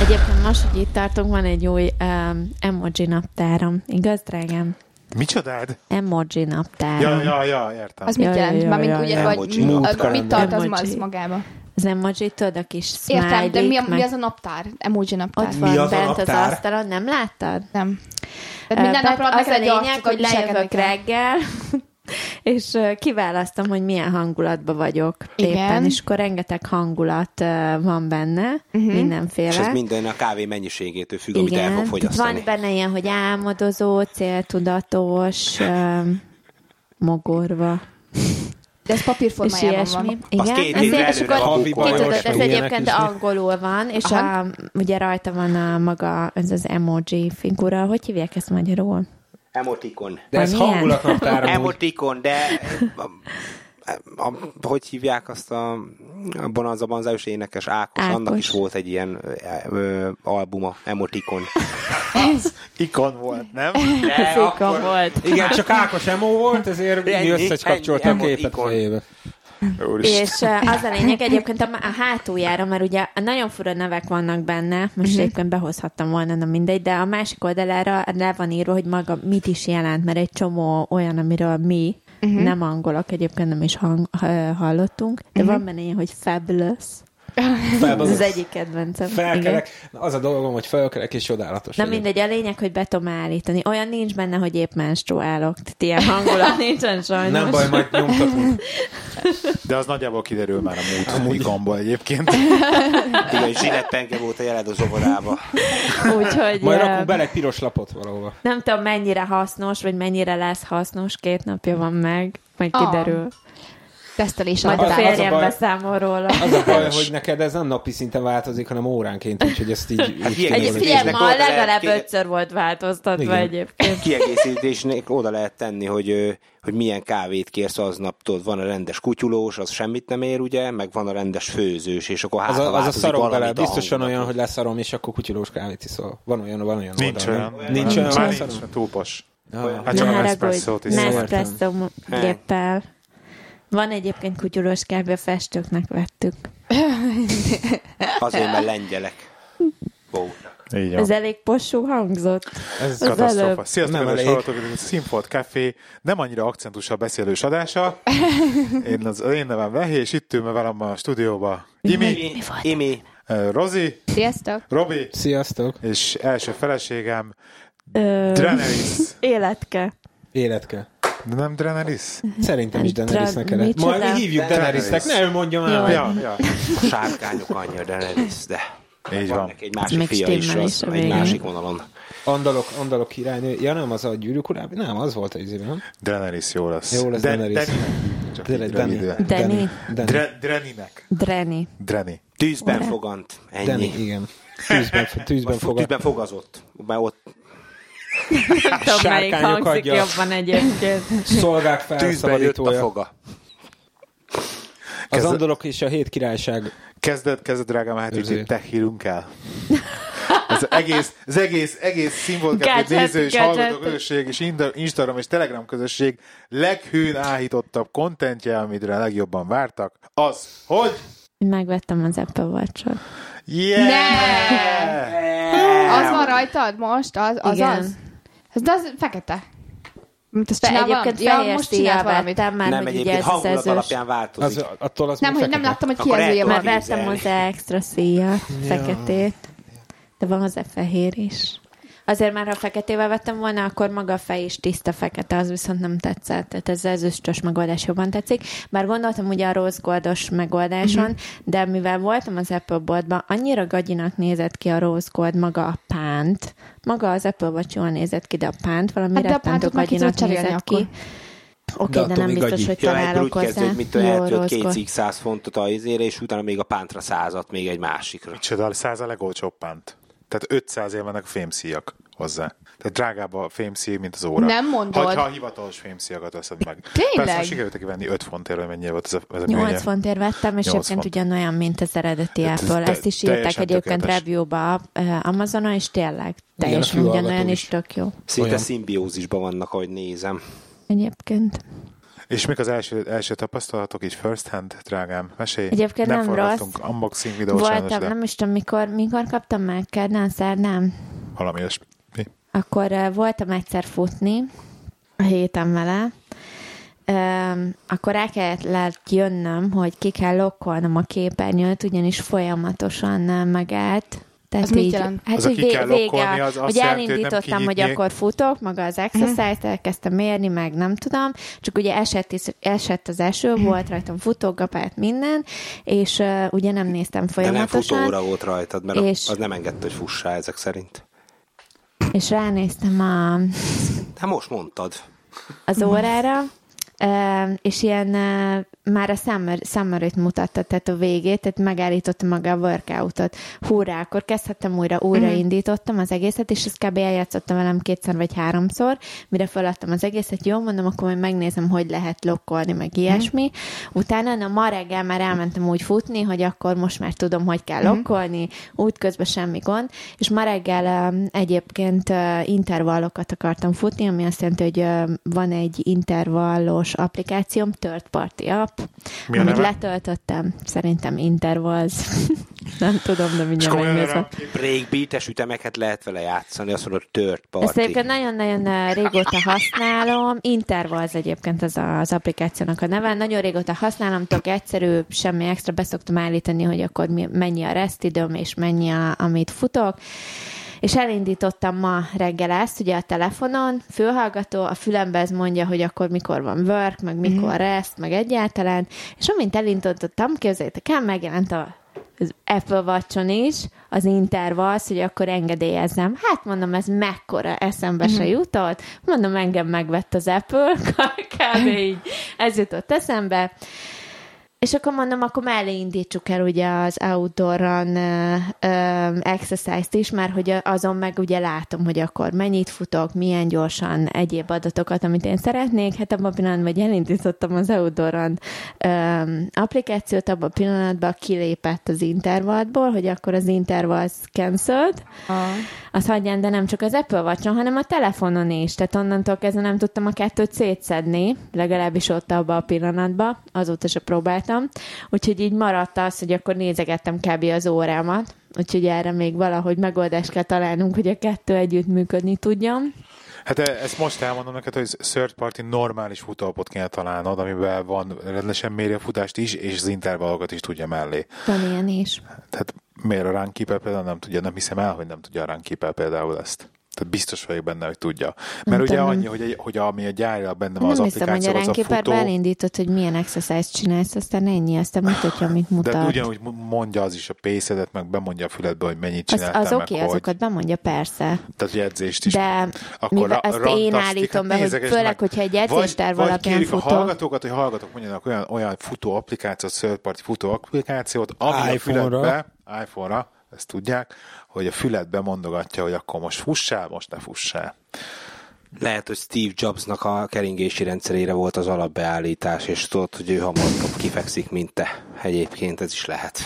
Egyébként most, hogy itt tartunk, van egy új um, emoji naptárom. Igaz, drágám? Micsodád? Emoji naptárom. Ja, ja, ja, értem. Az Ja, mit ja, jelent? ja, Mármint ja, ugye, ja. vagy Emoji. mi- Mood a- calendar. mit tartalmaz az Emoji. magába? Az emoji, tudod, a kis smiley Értem, de mi, a, meg... mi az a naptár? Emoji naptár. Ott van az a bent az naptár? asztalon, nem láttad? Nem. Tehát minden Ö, napra az a meg egy lényeg, arcot, hogy viselkedni lejövök kell. reggel, és ö, kiválasztom, hogy milyen hangulatban vagyok Igen. Mhm. éppen, és akkor rengeteg hangulat ö, van benne, uh-huh. mindenféle. És ez minden a kávé mennyiségétől függ, amit el fog Igen, fogyasztani. van benne ilyen, hogy álmodozó, céltudatos, ö, mogorva, De ez és papírformájában ilyesmi. van. Igen, Azt két ezért, évre és előre akkor van ki tudod, kukkolós, ez ilyenek egyébként angolul van, és Aha. a, ugye rajta van a maga, ez az emoji figura, hogy hívják ezt magyarul? Emotikon. De ez Milyen? hangulatnaptár Emotikon, de... eh, A, a, hogy hívják azt a abban az a banzájos énekes Ákos, Ákos. Ákos, annak is volt egy ilyen ö, ö, albuma, emotikon. Ikon volt, nem? De Széka volt. Igen, csak Ákos Emo volt, ezért így Ennyi, összekapcsolta a ennyi képet emotikon. fejébe. És ö, az a lényeg egyébként a, a hátuljára, mert ugye nagyon fura nevek vannak benne, most uh-huh. éppen behozhattam volna, na mindegy, de a másik oldalára le van írva, hogy maga mit is jelent, mert egy csomó olyan, amiről mi, uh-huh. nem angolok, egyébként nem is hang, ha, hallottunk, de uh-huh. van benne ilyen, hogy fabulous. Ez az egyik kedvencem. Igen. Felkelek, Na, az a dolgom, hogy felkelek és csodálatos. Na vagyok. mindegy, a lényeg, hogy be tudom állítani. Olyan nincs benne, hogy épp menstruálok. Tehát ilyen hangulat nincsen sajnos. Nem baj, majd nyomtatunk. De az nagyjából kiderül már a múlt Amúgy. ikonból egyébként. Igen, zsinetpenge volt a jeled az óvodába. Úgyhogy... Majd ö, rakunk bele egy piros lapot valahova. Nem tudom, mennyire hasznos, vagy mennyire lesz hasznos, két napja van meg, majd Ah, kiderül. Tesztelés Majd a az a alatt. fél- férjem baj. Hát beszámol róla. Az a baj, hogy neked ez nem napi szinten változik, hanem óránként, úgyhogy ezt így... úgy Hát ilyen tudom, Egy Egyébként hogy- figyelj, kinek ma oda lehet legalább kéne- ötször volt változtatva Igen. egyébként. kiegészítésnek oda lehet tenni, hogy, ö, hogy milyen kávét kérsz aznap, tudod, van a rendes kutyulós, az semmit nem ér, ugye, meg van a rendes főzős, és akkor hát Az ha a, az a változik szarom valamit bele, a biztosan hangulat. olyan, hogy leszarom, és akkor kutyulós kávét iszol. Van olyan, van olyan Nincs oldal, olyan. nem? Nincs olyan, Már olyan. nincs, túlpos. Ah. Hát Ne csak a haragudj, Nespresso-t is. Nespresso géppel. Van egyébként kutyulós kávé, a festőknek vettük. Azért, mert lengyelek. Voltak. Így Ez van. elég posú hangzott. Ez Az Katasztrófa. előbb. Sziasztok, Nem kedves elég. hallgatók, ez a Színfolt Café nem annyira akcentussal beszélős adása. Én, az, én nevem Vehi, és itt ül velem a stúdióba Imi, Imi, Imi, eh, Rozi, Sziasztok! Robi, Sziasztok! és első feleségem Ö, Drenelis. Életke. Életke. De nem Drenelis? Szerintem is Tra- Daenerysnek kellett. micsoda? Majd mi hívjuk Daenerysnek, ne ő mondja már. Jaj. Ja, ja. a sárkányok anyja, de ne visz, de. Így Van van. neki egy másik Még fia is, stimmel is az, a egy végén. másik vonalon. Andalok, andalok királynő. Ja nem, az a gyűrűk urábbi? Nem, az volt az izében, nem? Drenelis jó lesz. Jó lesz De- Daenerys. Deni- Csak így röviden. Deni. Dani. Dre- Dreninek. Dreni. Dreni. Tűzben fogant, Dani, ennyi. igen. Tűzben, tűzben fog. Tűzben fogazott, mert ott Nem tudom, melyik Sárkányok hangzik agya. jobban egyébként. Szolgák tűzben jött a felszabadítója. foga. Az Kezd- andalok és a hét királyság. Kezded, kezded, drágám, hát itt Őrzés. itt tech hírunk el. Az egész, az egész, egész színvolgató Gadget, néző és gadget. hallgató közösség és Inda- Instagram és Telegram közösség leghűn áhítottabb kontentje, amire legjobban vártak, az, hogy Megvettem az Apple watch yeah! Az van rajtad most? Az az? Igen. az? Ez de az fekete. Mint Fe, azt csinál egyébként valamit? ja, Ja, fehér most csinált szíjjal valamit. vettem, mert Nem, hogy ugye egyébként ez az hangulat ezős. alapján Az, változik. attól az Nem, mi hogy nem fekete? láttam, hogy ki Akkor az el- ujjam. Mert Már- vettem hozzá extra szíjat, feketét. De van hozzá fehér is. Azért már, ha feketével vettem volna, akkor maga a fej is tiszta fekete, az viszont nem tetszett. Tehát ez az östös megoldás jobban tetszik. Bár gondoltam ugye a rose goldos megoldáson, Mhm. mm-hmm. de mivel voltam az Apple boltban, annyira gagyinak nézett ki a rose gold maga a pánt. Maga az Apple Watch jól nézett ki, de a pánt valami Hát hát de a rettentő pántot már ki tudod gagyinak cserélni nézett akkor. ki. Oké, okay, de, De nem attól még biztos, gagyi. hogy Ja, egyből találok hát úgy kezd, hozzá. hát, hogy mit tudom, eltölt rose gold. 200 fontot a izére, és utána még a pántra százat, még egy másikra. Micsoda, száz a legolcsóbb pánt. Tehát 500 ér vannak a fémszíjak hozzá. Tehát drágább a fémszíj, mint az óra. Nem mondod. Hogyha a hivatalos fémszíjakat veszed meg. Tényleg? Persze, most sikerült neki venni 5 fontért, hogy mennyi volt ez a, ez a műanyag. 8 fontért vettem, és 80. egyébként ugyanolyan, mint az eredeti Hát ez Apple. te- Ezt is teljesen írták egyébként tökéletes. review-ba eh, Amazonon, és tényleg teljesen fülhallgató ugyanolyan is. is tök jó. Szinte Olyan. szimbiózisban vannak, ahogy nézem. Egyébként. És mik az első, első tapasztalatok így first hand, drágám? Mesélj. Egyébként nem forgattunk rossz. unboxing videót sajnos, Voltam, de nem is tudom, mikor, mikor kaptam meg, kedden, szerdán. valami ilyesmi. Akkor uh, voltam egyszer futni a héten vele, um, akkor el kellett jönnöm, hogy ki kell lokkolnom a képernyőt, ugyanís folyamatosan uh, megállt. Tehát Az mit jelent? Hát, Az a hogy ki kell vé- lokkolni, vége, az azt hogy jelenti, hogy nem elindítottam, hogy kinyitni. akkor futok, maga Mhm. az exercise-t, elkezdtem érni, meg nem tudom, csak ugye esett, is- esett az eső, Mhm. volt rajtam futógapát, minden, és uh, ugye nem néztem De nem folyamatosan. futóóra volt rajtad, mert És- és... az nem engedte, hogy fussá ezek szerint. És ránéztem a, Hát most mondtad. az órára, ö, és ilyen ö, már a summer, summer mutatta, tehát a végét, tehát megállította maga a workoutot. Hurrá, akkor kezdhettem újra, újraindítottam az egészet, és ezt kb. eljátszottam velem kétszer vagy háromszor, mire feladtam az egészet, jó, mondom, akkor majd megnézem, hogy lehet lokkolni, meg ilyesmi. Utána, na ma reggel már elmentem úgy futni, hogy akkor most már tudom, hogy kell Mhm. lokkolni, útközben semmi gond, és ma reggel ö, egyébként ö, intervallokat akartam futni, ami azt jelenti, hogy ö, van egy intervallos applikációm, third party app, Mi a amit neve? letöltöttem, szerintem intervals, nem tudom, de És mindjárt komolyan megnézem. erre- Breakbeat-es ütemeket lehet vele játszani, azt mondod, tört Ezt party. egyébként nagyon-nagyon eh, régóta használom. Interval az egyébként az, a, az applikációnak a neve. Nagyon régóta használom, tök egyszerű, semmi extra. Beszoktam állítani, hogy akkor mi, mennyi a rest időm, és mennyi, a, amit futok. És elindítottam ma reggel ezt, ugye a telefonon, fülhallgató, a fülembe ez mondja, hogy akkor mikor van work, meg mikor rest, meg egyáltalán. És amint elindítottam, képzeljétek el, megjelent a az Apple watch is, az intervals, hogy akkor engedélyezem. Hát mondom, ez mekkora eszembe se jutott. Mondom, engem megvett az Apple, kb. így ez jutott eszembe. És akkor mondom, akkor mellé indítsuk el ugye az outdoor run ö, ö, exercise-t is, mert hogy azon meg ugye látom, hogy akkor mennyit futok, milyen gyorsan egyéb adatokat, amit én szeretnék. Hát abban a pillanatban, hogy elindítottam az outdoor run ö, applikációt, abban a pillanatban kilépett az intervallból, hogy akkor az intervall az cancelled. Azt hagyján, de nem csak az Apple watch hanem a telefonon is. Tehát onnantól kezdve nem tudtam a kettőt szétszedni, legalábbis ott abban a pillanatban, azóta se próbáltam. Úgyhogy így maradt az, hogy akkor nézegettem kb. az órámat. Úgyhogy erre még valahogy megoldást kell találnunk, hogy a kettő együtt működni tudjon. Hát e- ezt most elmondom neked, hogy third party normális futóapot kell találnod, amiben van rendesen méri a futást is, és az intervallokat is tudja mellé. Van ilyen is. Tehát miért a Runkeeper például nem tudja, nem hiszem el, hogy nem tudja a Runkeeper például ezt. Tehát biztos vagyok benne, hogy tudja. Mert Nem ugye tudom. annyi, hogy, egy- hogy ami a gyárja benne van Nem az hiszem, hogy a applikáció, az a rendképerbe futó, elindított, hogy milyen exercise csinálsz, aztán ennyi, aztán mutatja, amit mutat. de ugyanúgy mu- mondja az is a pészedet, meg bemondja a füledbe, hogy mennyit az, csináltam, az meg oké, okay, hogy. azokat bemondja, persze. Tehát hogy edzést is. De mivel ezt ra- én randasztik, állítom be, hogy nézegesd főleg, meg. hogyha egy edzésterv alapján vagy, vagy kérjük futok. a hallgatókat, hogy hallgatók mondjanak olyan, olyan futó applikációt, third party futó applikációt, ami a iPhone-ra. füledbe, iPhone-ra, ezt tudják, hogy a füledbe mondogatja, hogy akkor most fussál, most ne fussál. Lehet, hogy Steve Jobsnak a keringési rendszerére volt az alapbeállítás, és tudod, hogy ő hamarabb kifekszik, mint te. Egyébként ez is lehet.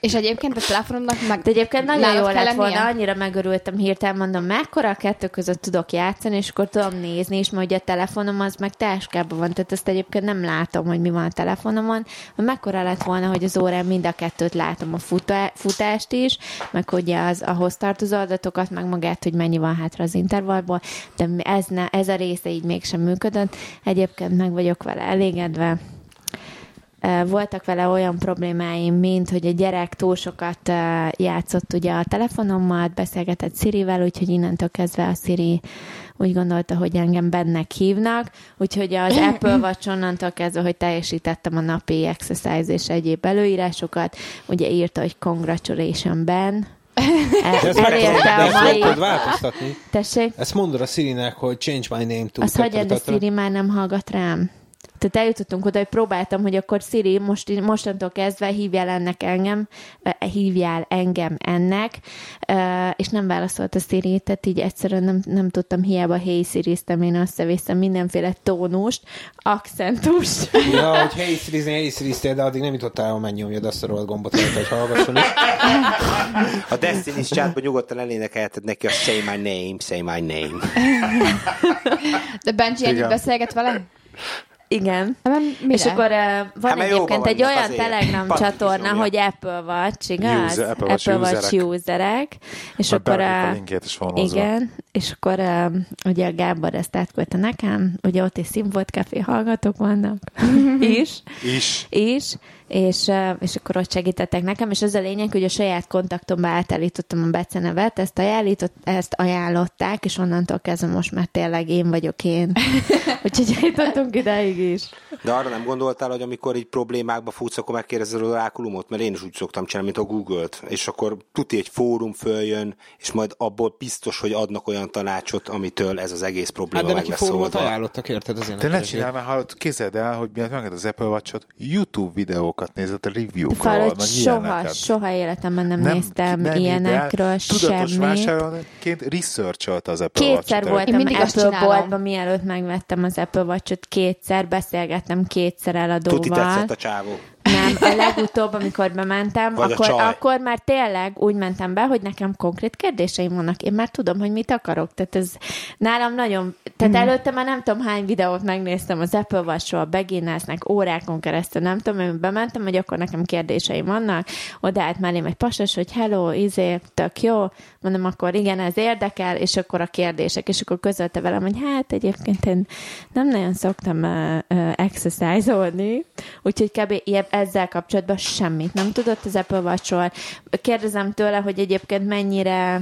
És egyébként a telefonomnak meg... De egyébként nagyon nálad jó kell lett lennie? volna, annyira megörültem hirtelen, mondom, mekkora a kettő között tudok játszani, és akkor tudom nézni, és majd a telefonom az meg táskában van, tehát ezt egyébként nem látom, hogy mi van a telefonomon. Mekkora lett volna, hogy az órán mind a kettőt látom, a futá- futást is, meg ugye az ahhoz tartozó adatokat, meg magát, hogy mennyi van hátra az intervallból, de ez, ne, ez a része így mégsem működött. Egyébként meg vagyok vele elégedve. Ö, voltak vele olyan problémáim, mint hogy a gyerek túl sokat ö, játszott ugye a telefonommal, beszélgetett Sirivel, úgyhogy innentől kezdve a Siri úgy gondolta, hogy engem bennek hívnak, úgyhogy az Apple Watch onnantól kezdve, hogy teljesítettem a napi exercise és egyéb előírásokat, ugye írta, hogy congratulation Ben, De ezt meg tudod- de elérte a ezt meg mai... tudod változtatni. Tessék? Ezt mondod a Sirinek, hogy change my name to... Azt hagyjad, de Tatatatata. Siri már nem hallgat rám. Tehát Tehát eljutottunk oda, hogy próbáltam, hogy akkor Siri, most, mostantól kezdve hívjál ennek engem, eh, hívjál engem ennek, eh, és nem válaszolt a Siri, tehát így egyszerűen nem, nem tudtam, hiába hey siri én összevésztem mindenféle tónust, accentust. Ja, hogy helyi szirizni, helyi sziriztél, de addig nem jutottál, ahol megnyomjad azt a rohadt gombot, amit, hogy hallgasson. A Destiny's chatban nyugodtan elénekelheted neki a Say My Name, Say My Name. De Benji ennyit Igen. beszélget vele? Igen. Nem, mire? És akkor uh, van Hát, mert jóban egyébként egy vannak olyan azért. Telegram Pattint is csatorna, nyomja. hogy Apple Watch, igaz? User- Apple Watch Watch userek. userek. És Majd akkor berakjuk a uh, linkjét, és van hozva. igen, és akkor uh, ugye a Gábor ezt átküldte nekem, ugye ott is színvolt kávé hallgatók vannak is, Is. is, és, uh, és akkor ott segítettek nekem, és az a lényeg, hogy a saját kontaktomba átállítottam a becenevet, ezt, ajánlított, ezt ajánlották, és onnantól kezdve most már tényleg én vagyok én. Úgyhogy eljutottunk ideig is. De arra nem gondoltál, hogy amikor így problémákba futsz, akkor megkérdezed az orákulumot? Mert én is úgy szoktam csinálni, mint a Google-t. És akkor tuti egy fórum följön, és majd abból biztos, hogy adnak olyan tanácsot, amitől ez az egész Hát probléma de meg neki lesz fórumot oldva. ajánlottak, érted? Azért Te nem ne csinálj már, hallott, képzeld el, hogy miatt megad az Apple watch YouTube videókat nézett a review-król, Valahogy meg soha, ilyeneket. soha életemben nem, nem néztem nem nem hidd el, ilyenekről Tudatos semmit. vásárlóként researcholt az Apple Kétszer Watch-ot. Én voltam mindig azt Apple csinálom. boltban, mielőtt megvettem az Apple Watch-ot, kétszer beszélgettem kétszer Tuti eladóval. tetszett a csávó. Nem, a legutóbb, amikor bementem, Vagy a akkor, csaj. akkor már tényleg úgy mentem be, hogy nekem konkrét kérdéseim vannak. Én már tudom, hogy mit akarok. Tehát ez nálam nagyon... Tehát mm. előtte már nem tudom hány videót megnéztem az Apple Watch-ról, a Beginnersnek, órákon keresztül, nem tudom, én bementem, hogy akkor nekem kérdéseim vannak. Odaállt mellém egy pasas, hogy hello, izé, tök jó. Mondom, akkor igen, ez érdekel, és akkor a kérdések. És akkor közölte velem, hogy hát egyébként én nem nagyon szoktam uh, uh, exercise-olni, úgyhogy kb. ilyen- ezzel kapcsolatban semmit nem tudott az Apple Watch-ról. Kérdezem tőle, hogy egyébként mennyire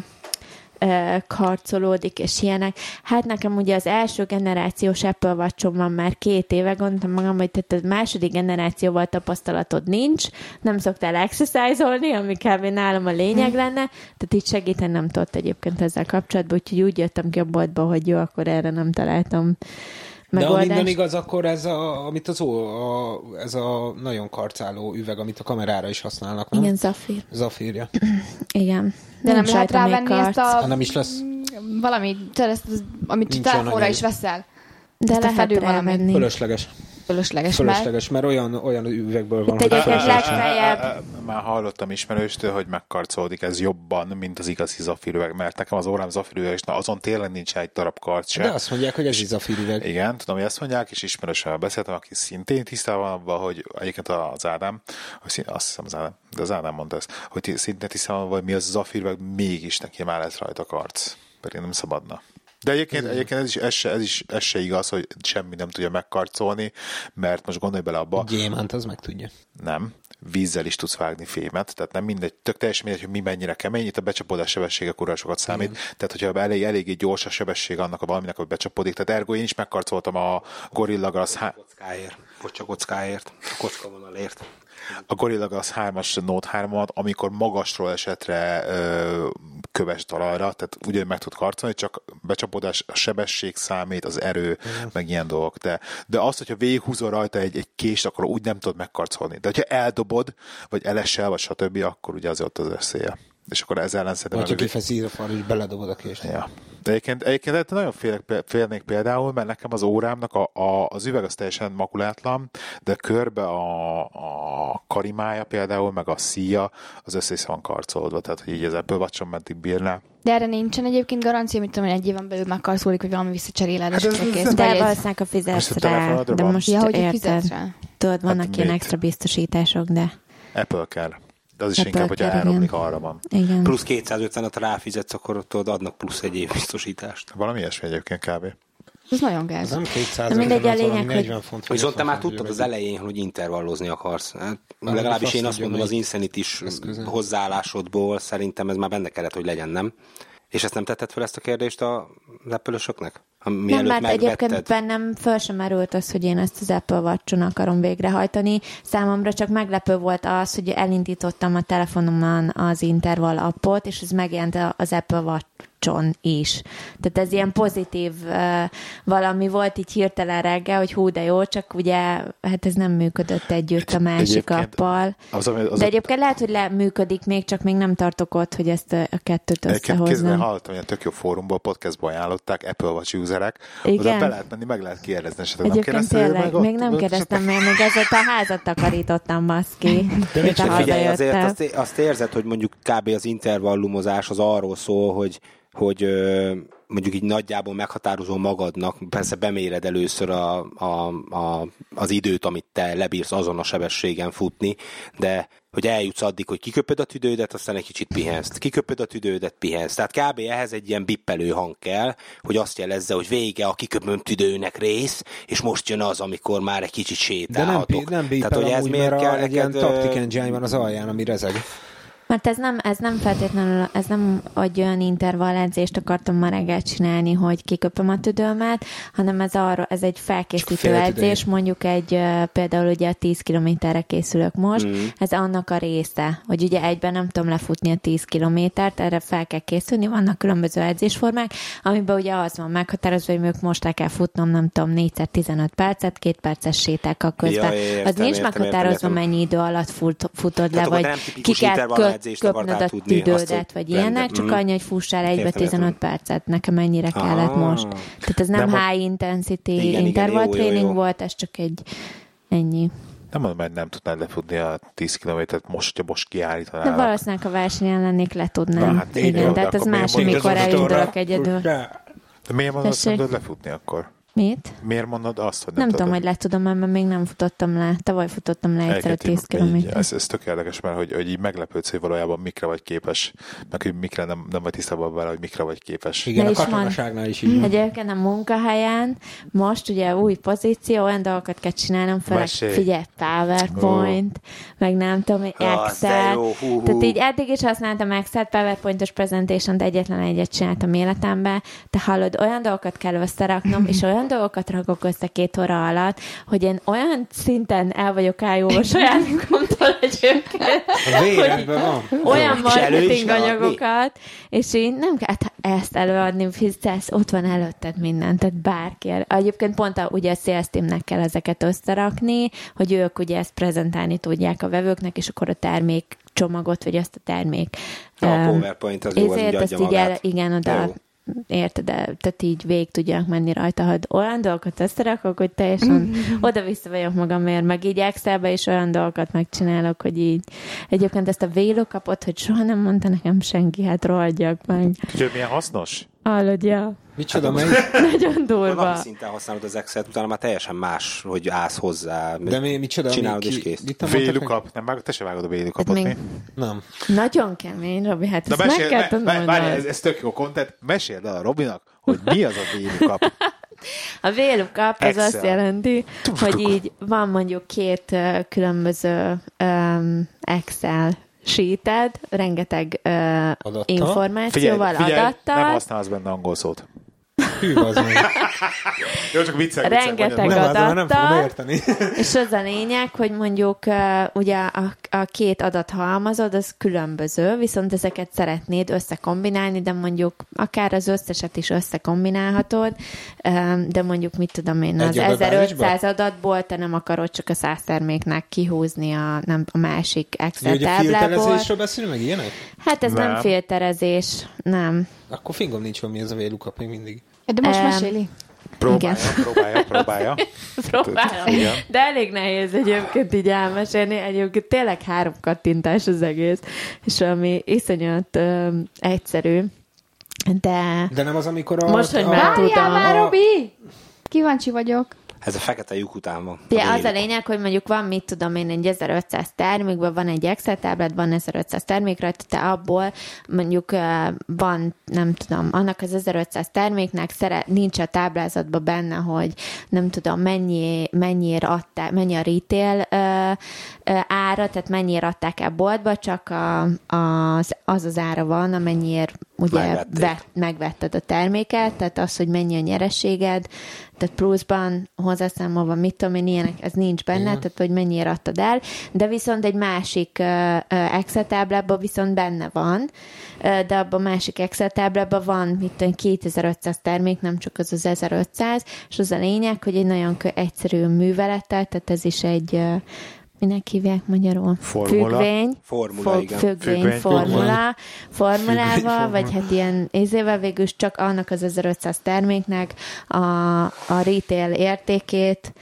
ö, karcolódik, és ilyenek. Hát nekem ugye az első generációs Apple watch van már két éve, gondoltam magam, hogy tehát a második generációval tapasztalatod nincs, nem szoktál exercise-olni, ami kb. nálam a Hm. lényeg lenne, tehát így segíteni nem tudott egyébként ezzel kapcsolatban, úgyhogy úgy jöttem ki a boltba, hogy jó, akkor erre nem találtam De ha minden megoldást. igaz, akkor ez a, amit az ó, a, ez a nagyon karcáló üveg, amit a kamerára is használnak, nem? Igen, Zafir. Zafírja. Igen. De nem, lehet sajtom rávenni még ezt karc. Ha a nem is lesz. valami, tehát ezt, az- amit Nincs telefonra olyan is veszel. De ezt a lehet fedő valamit. rávenni. Fölösleges. Fölösleges, mert Fölösleges, mert olyan, olyan üvegből van, Itt egyébként fölösleges. legfeljebb Már hallottam ismerőstől, hogy megkarcolódik ez jobban, mint az igazi zafirüveg, mert nekem az órám zafirüveg, és na azon tényleg nincs egy darab kart se. De azt mondják, hogy ez is zafírüveg. Igen, tudom, hogy ezt mondják, és ismerősemmel beszéltem, aki szintén tisztában van abban, hogy egyébként az Ádám, hogy szín- azt hiszem az Ádám, de az Ádám mondta ezt, hogy szintén tisztában van, hogy mi az zafír, meg mégis neki már lesz rajta karc, pedig nem szabadna. De egyébként, egyébként ez, is, ez, se, ez, is, ez se igaz, hogy semmi nem tudja megkarcolni, mert most gondolj bele abba, Gyémánt, az meg tudja. nem, vízzel is tudsz vágni fémet, tehát nem mindegy, tök teljesen mindegy, hogy mi mennyire kemény, itt a becsapódás sebessége kurva sokat számít, Igen. tehát hogyha elég, eléggé gyors a sebesség annak a valaminek, hogy becsapódik, tehát ergo én is megkarcoltam a Gorilla Glass, há- Kockáért. Kocsa kockáért. A kocka vonalért. a Gorilla Glass 3-as Note 3-at, amikor magasról esetre ö, köves talajra, tehát ugye meg tud karcolni, csak becsapódás, a sebesség számít, az erő, Igen. meg ilyen dolgok. De, de azt, hogyha végighúzol rajta egy, egy kést, akkor úgy nem tudod megkarcolni. De hogyha eldobod, vagy elesel, vagy stb., akkor ugye az ott az eszélye. És akkor ez ellen szerintem... Vagy ha meg- kifeszír a fal, és beledobod a kést. Ja. De egyébként, egyébként ettől nagyon félek, félnék például, mert nekem az órámnak a, a, az üveg az teljesen makulátlan, de körbe a, a karimája például, meg a szíja, az össze van karcolódva, tehát hogy így az Apple watch meddig bírná. de erre nincsen egyébként garancia, mit tudom, hogy egy éven belül megkarszólik, hogy valami visszacseréled, és Hát ez- akkor ez- kész. ez- Vagy De ez- valószínűleg a fizetsz Most a rá, telefonodra de van. most Ja, hogy így érted. fizetsz rá. Tudod, vannak Hát ilyen mit? extra biztosítások, de Apple kell. De az is Apple inkább, hogy kell, elromlik, igen. arra van. igen. Plusz 250-et ráfizetsz, akkor ott tudod, adnak plusz egy év biztosítást. Valami ilyesmi egyébként kb. Ez nagyon Ez gáz. nem 200 Na mindegy, mindegy, a az valami lényeg, hogy- 40 font. Viszont te 40 már font tudtad az üveg. elején, hogy intervallozni akarsz. Hát, Na, legalábbis azt én azt tudja, mondom, az melyik Insanit is eszközön. hozzáállásodból szerintem ez már benne kellett, hogy legyen, nem? És ezt nem tetted fel ezt a kérdést a lepölösöknek? Ha Nem, Mielőtt mert egyébként megvetted? bennem föl sem merült az, hogy én ezt az Apple watch akarom végrehajtani. Számomra csak meglepő volt az, hogy elindítottam a telefonomon az Interval appot, és ez megjelent a- az Apple watch csúcson is. Tehát ez ilyen pozitív uh, valami volt így hirtelen reggel, hogy hú, de jó, csak ugye hát ez nem működött együtt a másik egyébként appal. az, ami- az de a- egyébként lehet, hogy le működik még, csak még nem tartok ott, hogy ezt a, a kettőt Egyébként kézben összehoznám. hallottam, ilyen tök jó fórumból, podcastban ajánlották, Apple Watch userek. Igen. Oda be lehet menni, meg lehet kérdezni, esetleg nem Egyébként kérdezte ő tényleg, meg ott? még nem Ott- kérdeztem, mert még azóta a házat takarítottam, baszki. De De figyelj, azért azt, azt érzed, hogy mondjuk kb. az intervallumozás az arról szól, hogy, hogy ö, mondjuk így nagyjából meghatározol magadnak, persze beméred először a, a, a, az időt, amit te lebírsz azon a sebességen futni, de hogy eljutsz addig, hogy kiköpöd a tüdődet, aztán egy kicsit pihensz. Kiköpöd a tüdődet, pihensz. Tehát kb. ehhez egy ilyen bippelő hang kell, hogy azt jelezze, hogy vége a kiköpöm tüdőnek rész, és most jön az, amikor már egy kicsit De nem, sétálhatok. pi- nem bípel Tehát, hogy ez miért mert kell egy ilyen Tactic Engine van az alján, ami rezeg. Mert ez nem, ez nem feltétlenül, ez nem egy olyan intervalledzést akartam ma reggel csinálni, hogy kiköpöm a tüdőmet, hanem ez, arra, ez egy felkészítő Csak fél edzés, tüdejét. mondjuk egy, ö, például ugye a 10 kilométerre készülök most, mm. ez annak a része, hogy ugye egyben nem tudom lefutni a 10 kilométert, erre fel kell készülni, vannak különböző edzésformák, amiben ugye az van meghatározva, hogy mondjuk most le kell futnom, nem tudom, 4x15 percet, két perces sétákkal közben. Ja, értem, az nincs értem, meghatározva, értem, értem. mennyi idő alatt fut, futod Tehát le, akkor nem vagy ki tipikus kell köt, intervalledzést köpnöd akartál a tudni, azt, tüdődet, hogy vagy rendben. ilyenek, csak Mhm. annyi, hogy fussál egybe Értem, értem. 15 percet. Nekem ennyire Ah. kellett most. Tehát ez nem Nem a- high intensity Igen, igen, interval jó, jó, training jó. volt, ez csak egy ennyi. Nem mondom, hogy nem tudnád lefutni a 10 kilométert most, hogyha most De kiállítanál. valószínűleg a versenyen lennék, le Na, tudnám. hát így Igen, jó, de hát de ez akkor más, miért amikor mondod, hogy elindulok arra- egyedül. De miért mondod, azt, Tessék? hogy nem tudod lefutni akkor? Mit? Miért mondod azt, hogy nem, Nem tudom, tudod? hogy le tudom, mert még nem futottam le. Tavaly futottam le egyszer a Elkezdjük 10 így. kilométert. Ez, ez tök érdekes, mert hogy, hogy így meglepődsz, hogy valójában mikre vagy képes, meg hogy mikre nem, nem vagy tisztában vele, hogy mikre vagy képes. Igen, Ne a is mond. katonaságnál is így. van. Egyébként a munkahelyen most ugye új pozíció, olyan dolgokat kell csinálnom, fel, Mesélj. figyelj, PowerPoint, meg nem tudom, de Excel. jó, hú, hú. Tehát így eddig is használtam Excel, PowerPointos presentation, de egyetlen egyet csináltam életemben. Te hallod, olyan dolgokat kell összeraknom, és olyan dolgokat rakok össze két óra alatt, hogy én olyan szinten el vagyok áljóva saját magamtól egyébként, A véredben van. olyan És elő is marketing kell adni? anyagokat, és így nem kell hát ezt előadni, fizetsz, ott van előtted mindent, tehát bárki. el- Egyébként pont a, ugye a sales teamnek kell ezeket összerakni, hogy ők ugye ezt prezentálni tudják a vevőknek, és akkor a termék csomagot, vagy azt a termék. Ja, a em, PowerPoint az jó, az ezért így adja azt így el, magát. igen, oda Jó. érted, de, tehát így végig tudják menni rajta, ha olyan dolgokat összerakok, hogy teljesen oda-vissza vagyok magamért, meg így Excelbe is olyan dolgokat megcsinálok, hogy így egyébként ezt a vélokapot, hogy soha nem mondta nekem senki, hát rohadjak meg. Tudod, milyen hasznos? Hallodja, Micsoda, Hát mennyi? nagyon A napi durva. szinten használod az Excel-t, utána már teljesen más, hogy állsz hozzá. De mi, micsoda? mi- Csinálod ki- is kész. mit nem mondtak, hogy- Vélukap, nem vágod, te se vágod a Hát vélukapot, még- mi? Nem. Nagyon kemény, Robi, hát Na ezt meg mesél, kell me, me, tanulnod. várj, ez, ez tök jó content. Meséld el a Robinak, hogy mi az a vélukap. A vélukap az Excel. azt jelenti, hogy így van mondjuk két ö, különböző um, Excel sheeted, rengeteg uh, Adattal. információval, nem szóval adattal, használsz benne angol szót. Hű, az meg. Jó, csak viccel, viccel. rengeteg Nem, az már nem fogom adattal, érteni. és az a lényeg, hogy mondjuk ö, ugye a, a két adathalmazod, az különböző, viszont ezeket szeretnéd összekombinálni, de mondjuk akár az összeset is összekombinálhatod, ö, de mondjuk mit tudom én, az Egy adatbázisba? 1500 adatból te nem akarod csak a száz terméknek kihúzni a, nem, a másik Excel Ugye a táblából. filterezésről beszélünk, meg ilyenek? Hát ez nem, Nem. nem filterezés, nem. Akkor fingom nincs, hogy mi ez a vélukap még mindig. De most Em, meséli. Igen. Próbálja, próbálja, próbálja. Próbálom. Igen. De elég nehéz egyébként így elmesélni. Egyébként tényleg három kattintás az egész, és ami iszonyat ö, egyszerű. De De nem az, amikor a... most, hogy a- már Várjál tudom. már, Robi! Kíváncsi vagyok. Ez a fekete lyuk után van. Ugye az a vélukap. lényeg, hogy mondjuk van, mit tudom én, egy 1500 termékben van egy Excel táblád, van 1500 termék rajta, te abból mondjuk ö, van, nem tudom, annak az 1500 terméknek szeret, nincs a táblázatban benne, hogy nem tudom, mennyi, mennyiért adták, mennyi a retail ö, ö, ára, tehát mennyiért adták el boltba, csak a, az, az az ára van, amennyiért ugye Megvették. vett, megvetted a terméket, tehát az, hogy mennyi a nyereséged, tehát pluszban hozzászámolva, mit tudom én, ilyenek, ez nincs benne, Igen. tehát hogy mennyire adtad el, de viszont egy másik uh, Excel táblában viszont benne van, ö, de abban a másik Excel táblában van, mit tudom, én, 2500 termék, nem csak az az 1500, és az a lényeg, hogy egy nagyon kö- egyszerű művelettel, tehát ez is egy ö, Minek hívják magyarul? Formula. Függvény. Formula, Fo- igen. Függvény, Függvény, formula. Formulával, vagy hát ilyen ézével végül is csak annak az 1500 terméknek a, a retail értékét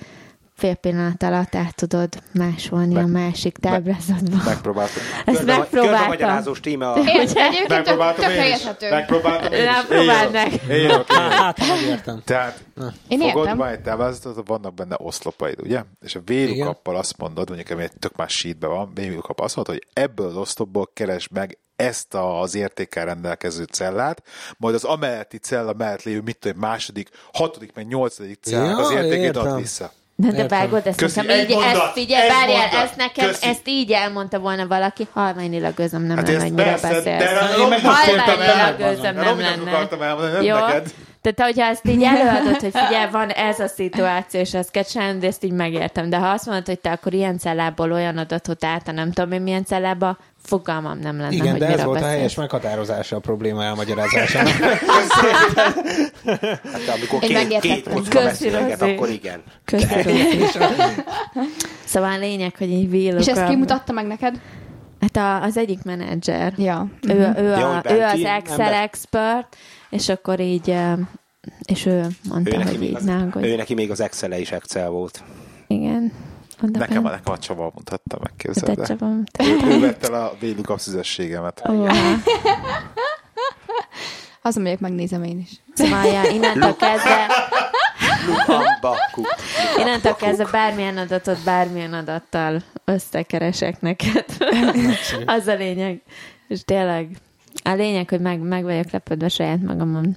fél pillanat alatt át tudod másolni Meg- a másik táblázatban. Megpróbáltam. Ezt Körbe- Körbe megpróbáltam. magyarázós téma a... Én egyébként tök, én tök is. érthető. Megpróbáltam én is. Nem, próbáld meg. Éjjel. Éjjel. Hát, megértem. Tehát Én fogod, értem. van egy táblázatot, vannak benne oszlopaid, ugye? És a vélukappal azt mondod, mondjuk ami egy tök más sheetben van, vélukapp azt mondod, hogy ebből az oszlopból keresd meg ezt az értékkel rendelkező cellát, majd az amelletti cella mellett lévő, mit tudom, második, hatodik, meg nyolcadik cellának Ja, az értékét értem. ad vissza. Na de Értem. vágod, ezt Köszi, nekem egy így, mondat, ezt figyelj, egy várjál, mondat. ezt nekem, Köszi. ezt így elmondta volna valaki, halványilag özöm nem Hát lenne, ezt hogy miről persze, beszélsz. de én meg azt akartam Halványilag elmondani. özöm Hát nem Robinak lenne. akartam elmondani, nem Jó? neked. Tehát, hogyha ezt így előadod, hogy figyelj, van ez a szituáció, és ezt kell csinálni, de ezt így megértem. De ha azt mondod, hogy te akkor ilyen cellából olyan adatot át, nem tudom én milyen cellába, fogalmam nem lenne, Igen, hogy de ez miről volt a beszélsz. helyes meghatározása a probléma elmagyarázásának. Hát, amikor Én két, megértettem. két kocka Köszi, beszélget, Rozi. akkor igen. Köszönöm. Szóval a lényeg, hogy így villog. És ezt a- kimutatta meg neked? Hát a, az egyik menedzser. Ja. Mhm. Ő, ő, Ja, a, hogy ő bent az ki, Excel ember. expert, és akkor így, eh, és ő mondta, Ő hogy neki, még így az, ne aggódj. ő neki még az excel is Excel volt. Igen. Mondta, Nekem, "Nem, nekem a Csaba te mutatta, megképzeld el. Csabam, te- Ő, ő vett el a vélukapp szüzességemet. Ó, Hazamegyek, megnézem én is. Szóval, ja, innentől kezdve, Luhambaku. innentől kezdve bármilyen adatot bármilyen adattal összekeresek neked. az a lényeg. És tényleg, a lényeg, hogy meg, meg vagyok lepődve saját magamon.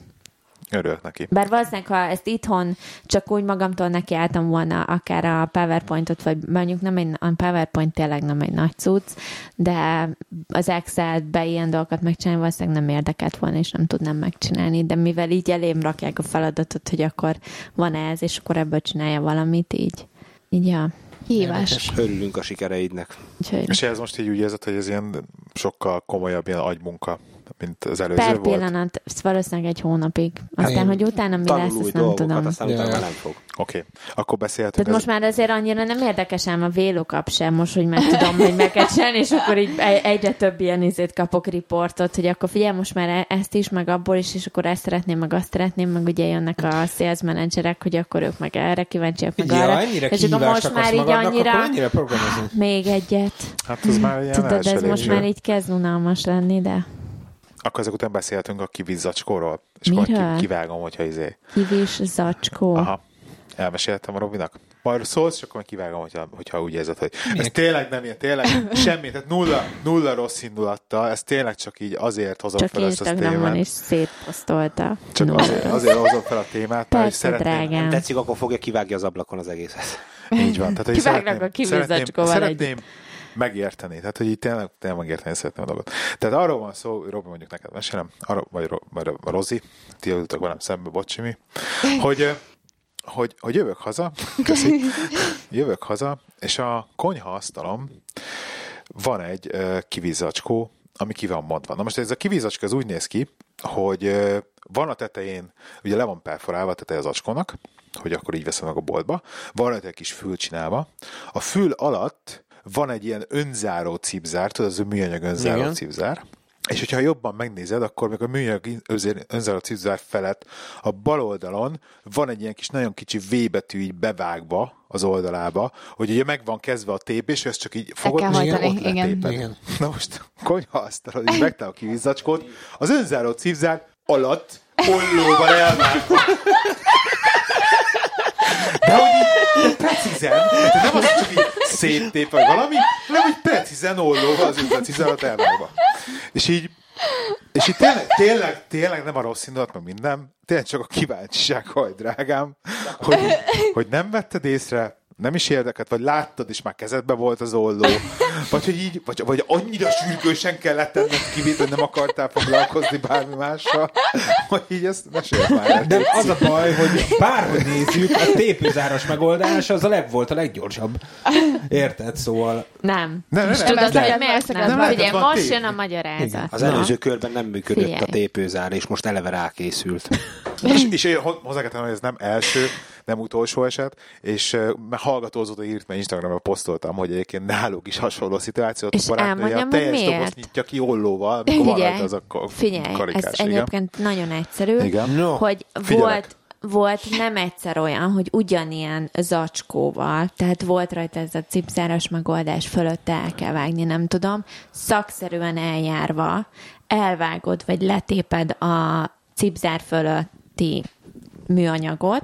Örülök neki. Bár valószínűleg, ha ezt itthon csak úgy magamtól nekiálltam volna, akár a PowerPointot, vagy mondjuk nem egy, a PowerPoint tényleg nem egy nagy cucc, de az Excel-t be ilyen dolgokat megcsinálni valószínűleg nem érdekelt volna, és nem tudnám megcsinálni, de mivel így elém rakják a feladatot, hogy akkor van ez, és akkor ebből csinálja valamit, így. Így ja. Hívás. Örülünk a sikereidnek. Úgyhogy És ez most így úgy érzed, hogy ez ilyen sokkal komolyabb ilyen agymunka, mint az előző per volt? pillanat, ez valószínűleg egy hónapig. Aztán, én hogy utána mi lesz, Tanul új ezt nem dolgokat, tudom. aztán Ja. utána már nem fog. Oké, okay. akkor beszélhetünk. Tehát most már azért annyira nem érdekes ám a vélokap sem, most, hogy már tudom, hogy meg kell csinálni, és akkor így e- egyre több ilyen izét kapok riportot, hogy akkor figyelj, most már e- ezt is, meg abból is, és akkor ezt szeretném, meg azt szeretném, meg ugye jönnek a sales menedzserek, hogy akkor ők meg erre kíváncsiak, meg Ja, arra. ennyire és akkor kihívást most akarsz már így magadnak, annyira... akkor ennyire programozni. Még egyet. Hát ez már ilyen Tudod, ez első most lépcső. már így kezd unalmas lenni, de Akkor ezek után beszélhetünk a kivizzacskóról, és akkor Miről? ki- kivágom, hogyha izé. hívés zacskó. Aha. Elmeséltem a Robinak? Majd szólsz, és akkor meg kivágom, hogyha, hogyha úgy érzed, hogy ez tényleg nem ilyen, tényleg semmi, tehát nulla, nulla rossz indulattal, ez tényleg csak így azért hozom Csak fel ezt a témát. Instagramon is szétposztolta. Csak No. azért, azért hozom fel a témát, mert hogy Persze, szeretném, drágám. Tetszik, akkor fogja kivágja az ablakon az egészet. Így van. Tehát, hogy Kivágnak szeretném- a kivizzacskóval szeretném, egy- szeretném megérteni. Tehát, hogy így tényleg, tényleg megérteni szeretném a dolgot. Tehát arról van szó, Robi mondjuk neked mesélem, arra, vagy, Ro, vagy a Rozi, ti jöttök velem szembe, bocsimi, hogy, ö, hogy, hogy jövök haza, köszi, jövök haza, és a konyha asztalom van egy ö, kivizacskó, ami ki van mondva. Na most ez a kivizacskó, ez úgy néz ki, hogy ö, van a tetején, ugye le van perforálva a teteje az acskónak, hogy akkor így veszem meg a boltba, van rajta egy kis fül csinálva, a fül alatt van egy ilyen önzáró cipzár, tudod, az a műanyag önzáró Igen. cipzár, és hogyha jobban megnézed, akkor még a műanyag özér- önzáró cipzár felett a bal oldalon van egy ilyen kis nagyon kicsi V betű így bevágva az oldalába, hogy ugye meg van kezdve a tépés, és ezt csak így fogod, kell és akkor hajtani, ott igen. letéped. Igen. Na most a konyhaasztalon így megtalál a kivizzacskót, az önzáró cipzár alatt ollóval elvágva. De hogy így de precízen, de nem az, hogy csak így széttép vagy valami, hanem hogy precízen ollóval az önzáró cipzár alatt elvágva. És így és itt tényleg, tényleg, tényleg nem a rossz indulat, meg minden, tényleg csak a kíváncsiság, hogy drágám, hogy, hogy nem vetted észre, nem is érdekelt, vagy láttad, és már kezedbe volt az olló, vagy hogy így, vagy, vagy annyira sürgősen kellett ennek kivét, hogy nem akartál foglalkozni bármi mással, hogy így ezt mesélt már. el. De az a baj, hogy bárhogy nézzük, a tépőzáros megoldás az a leg volt a leggyorsabb. Érted? Szóval Nem. Nem, nem, és nem, tudod, nem. hogy miért Nem nem? lehet, Figyelj, ott van most tév. jön a magyarázat. Az Na. előző körben nem működött Figyelj. a tépőzár, és most eleve rákészült. És, és én ho- hozzá kell tennem, hogy ez nem első, nem utolsó eset, és uh, mert hallgatózott, hogy írt, mert Instagramra posztoltam, hogy egyébként náluk is hasonló szituáció, ott És a barátnője a elmondjam, teljes hogy miért? dobozt nyitja ki ollóval, Figyelj, amikor van rajta az a ka- figyelj karikás. ez igen. egyébként nagyon egyszerű, Igen. No. hogy Figyelek. volt volt nem egyszer olyan, hogy ugyanilyen zacskóval, tehát volt rajta ez a cipzáros megoldás fölött el kell vágni, nem tudom, szakszerűen eljárva elvágod, vagy letéped a cipzár fölötti műanyagot,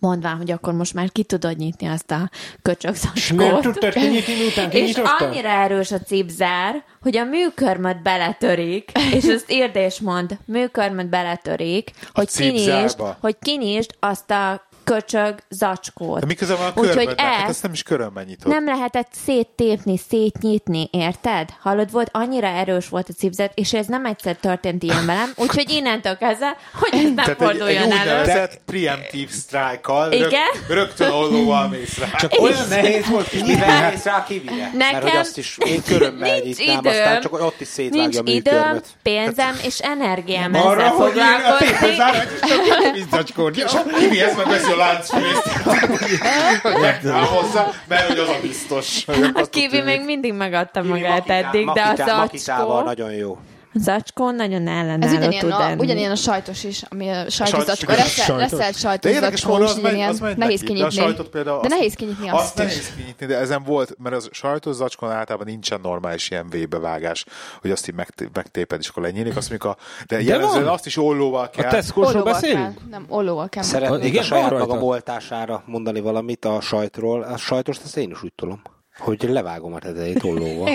mondván, hogy akkor most már ki tudod nyitni azt a köcsög És miért zacskót. tudtad kinyitni, miután És kinyitottad? annyira erős a cipzár, hogy a műkörmöt beletörik, és az érdés mond, műkörmöt beletörik, hogy cipzárba? kinyisd, hogy kinyisd azt a köcsög zacskót. De miközben van a Úgyhogy körben, hát ezt ezt nem is körömben nyitod. nem lehetett széttépni, szétnyitni, érted? Hallod, volt annyira erős volt a cipzet, és ez nem egyszer történt ilyen velem, úgyhogy innentől kezdve, hogy ez nem Tehát egy, egy forduljon elő. úgynevezett preemptive strike-kal Igen. rög, rögtön ollóval mész rá. Csak olyan nehéz volt kinyitni. Mivel hát ez rá kivire? Nekem Mert hogy azt is én körömmel nincs nyitnám, aztán csak ott is nincs szétvágja a időm, műkörmöt. pénzem és energiám Arra, ezzel hogy én a foglalkozni. tépőzáros Bizacskódja, és Kivi ez meg veszi a láncfűzt, hogy megtáll hozzá, mert hogy az a biztos. hogy akkor A azt Hát, Kivi tudja, még hogy- mindig megadta magát Makitá- eddig, de makitá- a Makitával zacskó, nagyon jó. zacskó nagyon Ez ellenálló ugyanilyen tud a, lenni. ugyanilyen a sajtos is, ami a sajtos sajtos- zacskó. Leszel, leszelt De sajtos érdekes zacskó volna, is az megy, ugyanilyen. az megy nehéz neki. kinyitni. De a sajtot például... de azt- nehéz kinyitni azt, azt is. nehéz kinyitni, de ezen volt, mert az sajtos zacskon általában nincsen normális ilyen vébevágás, hogy azt így megté- megtéped, és akkor lenyílik. Azt mondjuk, a, de, jellemzően van. azt is ollóval kell. A Tesco-sról Ollóval beszélünk? kell. Nem, ollóval kell. Ah, Szeretnék igen, a saját van rajta. magam oltására mondani valamit a sajtról. A sajtost azt én is úgy tolom, hogy levágom a tetejét ollóval.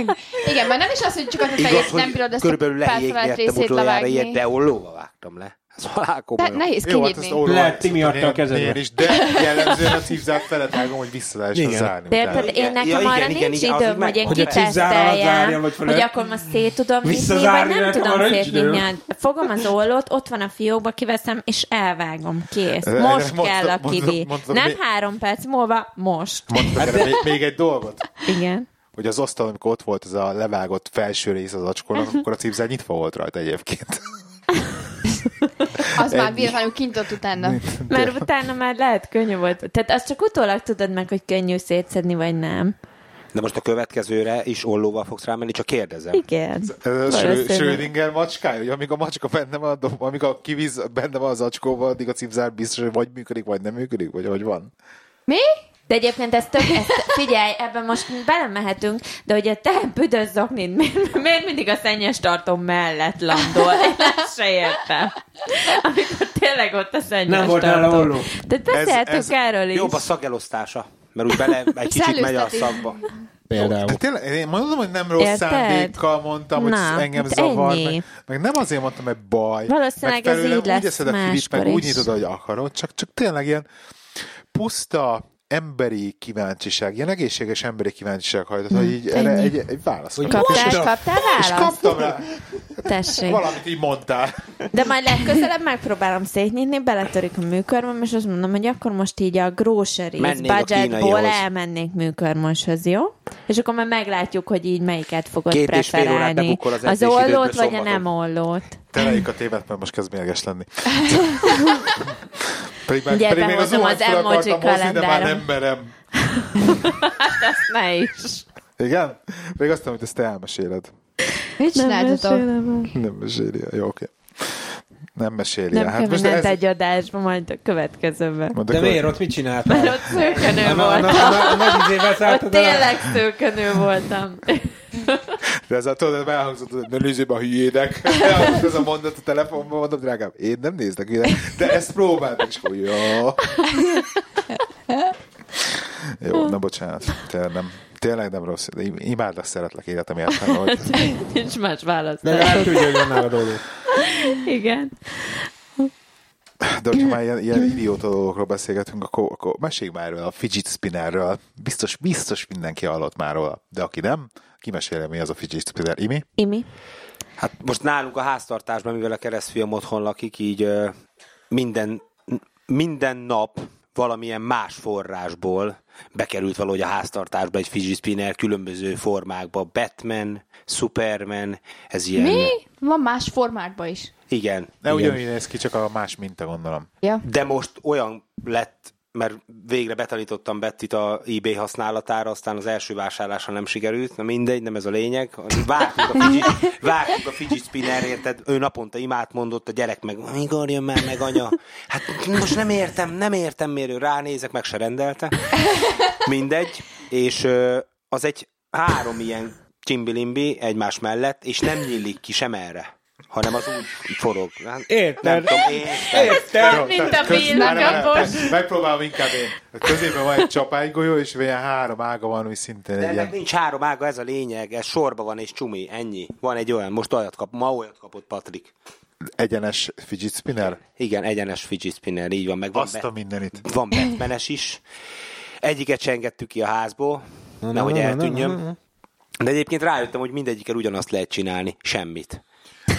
Igen, mert nem is az, hogy csak az a teljes nem bírod ezt a körülbelül felfelelt leégnyertem részét utoljára ilyet, levágni. de ollóval vágtam le. Ez halál De komoly. nehéz Jó, hát ezt kinyitni. ollóval Lehet, Timi adta a tudni, kezedbe. én is, de jellemzően a cipzát felett vágom, hogy vissza lehessen Igen. zárni. De utána. érted, én igen, nekem ja, igen, arra igen, nincs igen, az időm, meg- hogy én Hogy a cipzárral zárjam, kiteszteljem, vagy hogy fölött. akkor most szét tudom nyitni, vagy Visszazárni nem nekem tudom arra nincs szétnyitni. időm. a- Fogom az ollót, ott van a fiókba, kiveszem, és elvágom, kész. De- Most de- kell a mondtam- kivi. mondtam- mondtam, Nem mi- három perc múlva, most. Mondtam Hát erre még, még egy dolgot, Igen. hogy az asztal, amikor ott volt ez a levágott felső rész az acskónak, akkor a cipzár nyitva volt rajta egyébként. Az már véletlenül kinyitott utána. Mert utána már lehet könnyű volt. Tehát azt csak utólag tudod meg, hogy könnyű szétszedni, vagy nem. De most a következőre is ollóval fogsz rámenni, csak kérdezem. Igen. Szóval Ez a Schrö- Valószínű. Schrödinger macskája, hogy amíg a macska benne van, a dob- amíg a kivíz benne van az acskóban, addig a cipzár biztos, hogy vagy működik, vagy nem működik, vagy hogy van. Mi? De egyébként ez tök, ezt, figyelj, ebben most belemehetünk, de hogy a te büdös zoknid miért, miért mindig a szennyes tartó mellett landol? Én ezt se értem. Amikor tényleg ott a szennyes Nem volt tartó. nála olló. De beszéltünk ez- erről is. Jobb a szagelosztása, mert úgy bele egy kicsit megy a Szellőzteti. szakba. Például. De tényleg, én mondom, hogy nem rossz Érted? szándékkal mondtam, hogy Na, Na, engem hát zavar, ennyi. meg, meg, nem azért mondtam, mert baj. Valószínűleg meg ez felőlem így úgy lesz eszed a kivit, meg máskor úgy is. nyitod, hogy akarod, csak, csak tényleg ilyen puszta emberi kíváncsiság, ilyen egészséges emberi kíváncsiság hajtott, hogy így erre Hm, ennyi. egy, egy választ. Hogy kapjak. Kaptál, Most a- kaptál És választ? kaptam rá. Tessék. Valamit így mondtál. De majd legközelebb megpróbálom szétnyitni, beletörik a műkörmöm, és azt mondom, hogy akkor most így a grocery Mennél a budgetból kínaihoz. elmennék műkörmöshöz, jó? És akkor már meglátjuk, hogy így melyiket fogod Két és fél órát preferálni. bebukol az az edzési időből ollót, vagy a szombaton. nem ollót. Tereljük a tévet, mert most kezd mérges lenni. pedig, meg, Ugye pedig még az behozom zuhanyt az fel emoji akartam hozni, de már kalendárom. nem merem. Azt Hát ne is. Igen? Még azt mondom, hogy ezt te elmeséled. Mit csináltatok? Nem meséli. Jó, oké. Nem meséli. Nem hát el. Hát kell most mindent egy adásba, majd a következőben. Mondd a De követ- miért ott mit csináltál? Mert ott szőkenő Na, na, voltam. na, na, nagy izével Ott szálltad el. tényleg szőkenő voltam. De ezzel tudod, hogy elhangzott, hogy ne nézzél be a hülyének. Elhangzott ez a mondat a telefonban, mondom, drágám, én nem néznek ide, de ezt próbáltam, és hogy jó. Jó, na bocsánat, tényleg nem, tényleg nem rossz. De im- Imádlak, szeretlek életem értelme, hogy Nincs más válasz. Legalább tudja, hogy van nálad olló. Igen. De hogyha már ilyen, ilyen idióta dolgokról beszélgetünk, akkor, akkor mesélj már erről a fidget spinnerről. Biztos, biztos mindenki hallott már róla. De aki nem, kimesélje, mi az a fidget spinner. Imi? Imi? Hát most nálunk a háztartásban, mivel a keresztfiam otthon lakik, így ö, minden, minden nap valamilyen más forrásból bekerült valahogy a háztartásba egy fidget spinner különböző formákba. Batman, Superman, ez ilyen... Mi? Van más formákban is. Igen. Ne igen. ugyanúgy néz ki, csak a más minta gondolom. Ja. De most olyan lett, mert végre betanítottam Bettit a eBay használatára, aztán az első vásárlásra nem sikerült, na mindegy, nem ez a lényeg. Vártuk a fidget, vártuk a fidget spinner, érted? Ő naponta imát mondott, a gyerek meg, mikor jön már meg anya? Hát most nem értem, nem értem, miért ő ránézek, meg se rendelte. Mindegy, és ö, az egy három ilyen csimbilimbi egymás mellett, és nem nyílik ki sem erre, hanem az úgy forog. Hát, Érted? Nem tudom, érted. Érted? Mint a villagapos. Megpróbálom inkább én. Középen van egy csapálygolyó, és ilyen három ága van, ami szintén De egy ennek ilyen... nincs három ága, ez a lényeg, ez sorba van és csumi, ennyi. Van egy olyan, most olyat kap, ma olyat kapott Patrik. egyenes fidget spinner. Igen, egyenes fidget spinner, így van, meg van, Azt a mindenit. van Batmanes is. Egyiket se engedtük ki a házból, nehogy eltűnjön. De egyébként rájöttem, hogy mindegyikkel ugyanazt lehet csinálni, semmit.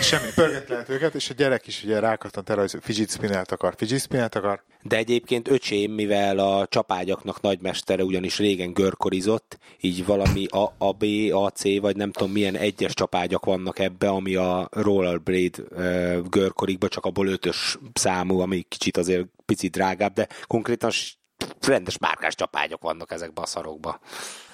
Semmi, pörget lehet őket, és a gyerek is ugye rákattant erre, hogy fidget spinnert akar, fidget spinnert akar. De egyébként öcsém, mivel a csapágyaknak nagymestere ugyanis régen görkorizott, így valami A, a B, A, C, vagy nem tudom milyen egyes csapágyak vannak ebbe, ami a rollerblade ö, görkorikba, csak abból ötös számú, ami kicsit azért picit drágább, de konkrétan s- rendes márkás csapágyak vannak ezekben a szarokban.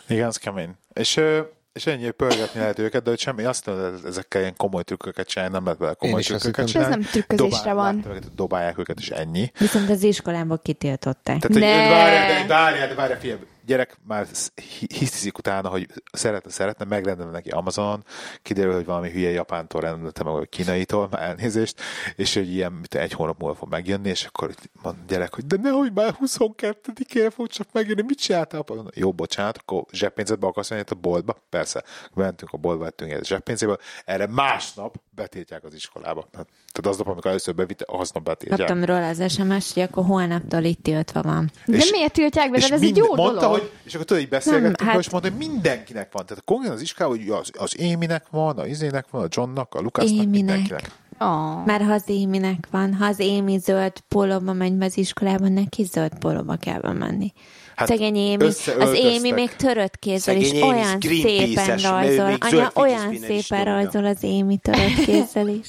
Igen, az kemény. És, ö, és ennyi pörgetni lehet őket, de hogy semmi, azt mondod, hogy ezekkel ilyen komoly trükköket csinálni, nem lehet vele Én komoly is azt trükköket hittem. csinálni. Ez nem trükközésre van. láttam Őket, dobálják őket, és ennyi. Viszont az iskolából kitiltották. Tehát, hogy Ne! várjál, de várjál, de várjál, fiam, gyerek már sz- hi- hisztizik utána, hogy szeretne, szeretne, megrendelem neki Amazonon, kiderül, hogy valami hülye Japántól rendelte meg, vagy kínaitól, már elnézést, és hogy ilyen mit, egy hónap múlva fog megjönni, és akkor így mond a gyerek, hogy de nehogy már 22-ére fog csak megjönni, mit csináltál? apa? Mondom, Jó, bocsánat, akkor zseppénzedbe akarsz menni a boltba? Persze. Mentünk a boltba, vettünk egy zseppénzéből, erre másnap betiltják az iskolába. Hát, Tehát aznap, amikor először bevitte, aznap betiltják. Kaptam róla az SMS, hogy akkor holnaptól itt tiltva van. De És- miért tiltják be? De ez mind- egy jó mondta, dolog. Hogy, és akkor tudod, így beszélgettünk, Nem, nem, hát- hát... és mondta, hogy mindenkinek van. Tehát a konkrétan az iskában, hogy az, az Éminek van, a Izének van, a Johnnak, a Lukasnak, Éminek. mindenkinek. Oh. Már ha az Éminek van, ha az Émi zöld pólóba megy be az iskolába, neki zöld pólóba kell bemenni. Hát Hát Szegény Émi, az összeöltöztek. Émi még törött kézzel is Szegény Émi olyan szépen Greenpeace-es, mert ő rajzol. még zöld Anya, olyan fidesz-bínes is szépen nyomja. rajzol az Émi törött kézzel is.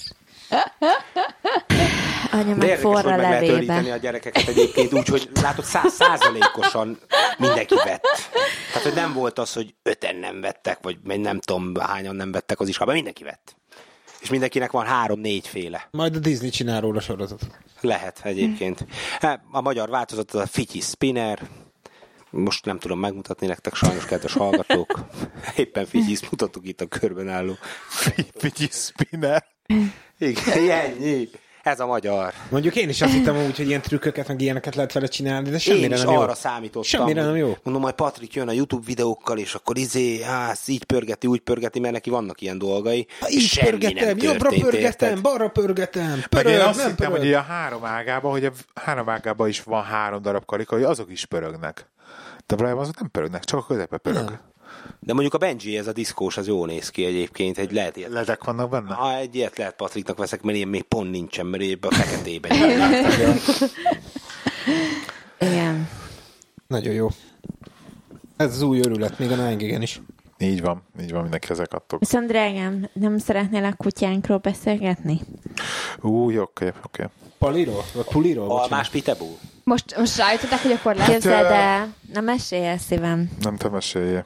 Anya meg De érdekes, forra hogy meg lehet levébe. öríteni a gyerekeket egyébként úgy, hogy látod, száz százalékosan mindenki vett. Tehát, hogy nem volt az, hogy öten nem vettek, vagy vagy nem tudom hányan nem vettek az iskolába, mindenki vett. És mindenkinek van három-négy féle. Majd a Disney csinál róla sorozatot. Lehet egyébként. Hát, A magyar változat az a Fityi Spinner, most nem tudom megmutatni nektek, sajnos kedves hallgatók. Éppen figyelsz, mutatok itt a körben álló. Figyi spinner. Igen, ennyi. Ez a magyar. Mondjuk én is azt hittem úgy, hogy ilyen trükköket, meg ilyeneket lehet vele csinálni, de semmire Én is nem jó. arra számítottam. Semmire nem hogy- jó. Mondom, majd Patrik jön a YouTube videókkal, és akkor izé, á, ezt így pörgeti, úgy pörgeti, mert neki vannak ilyen dolgai. Ha Így Semmi nem pörgetem, jobbra történt, pörgetem, érted? balra pörgetem, Meg pörög, én azt nem hittem, pörög. hogy ugye a három ágában, hogy a három ágában is van három darab karika, hogy azok is pörögnek. De valójában azok nem pörögnek, csak a közepe pörög. De mondjuk a Benji, ez a diszkós, az jól néz ki egyébként, egy lehet ilyet. Ledek vannak benne? Ha egy ilyet lehet Patriknak veszek, mert én még pont nincsen, mert én ebbe a feketében járok. Igen. Nagyon jó. Ez az új örület, még a Nine is. Így van, így van, mindenki ezek adtok. Viszont drágám, nem szeretnél a kutyánkról beszélgetni? Ú, jó, oké, oké. Paliról? Vagy puliról? Almás pitebú. Most, most rájöttetek, hogy akkor Hát, lehet? Képzeld el, na mesélj el szívem. Nem te meséljél.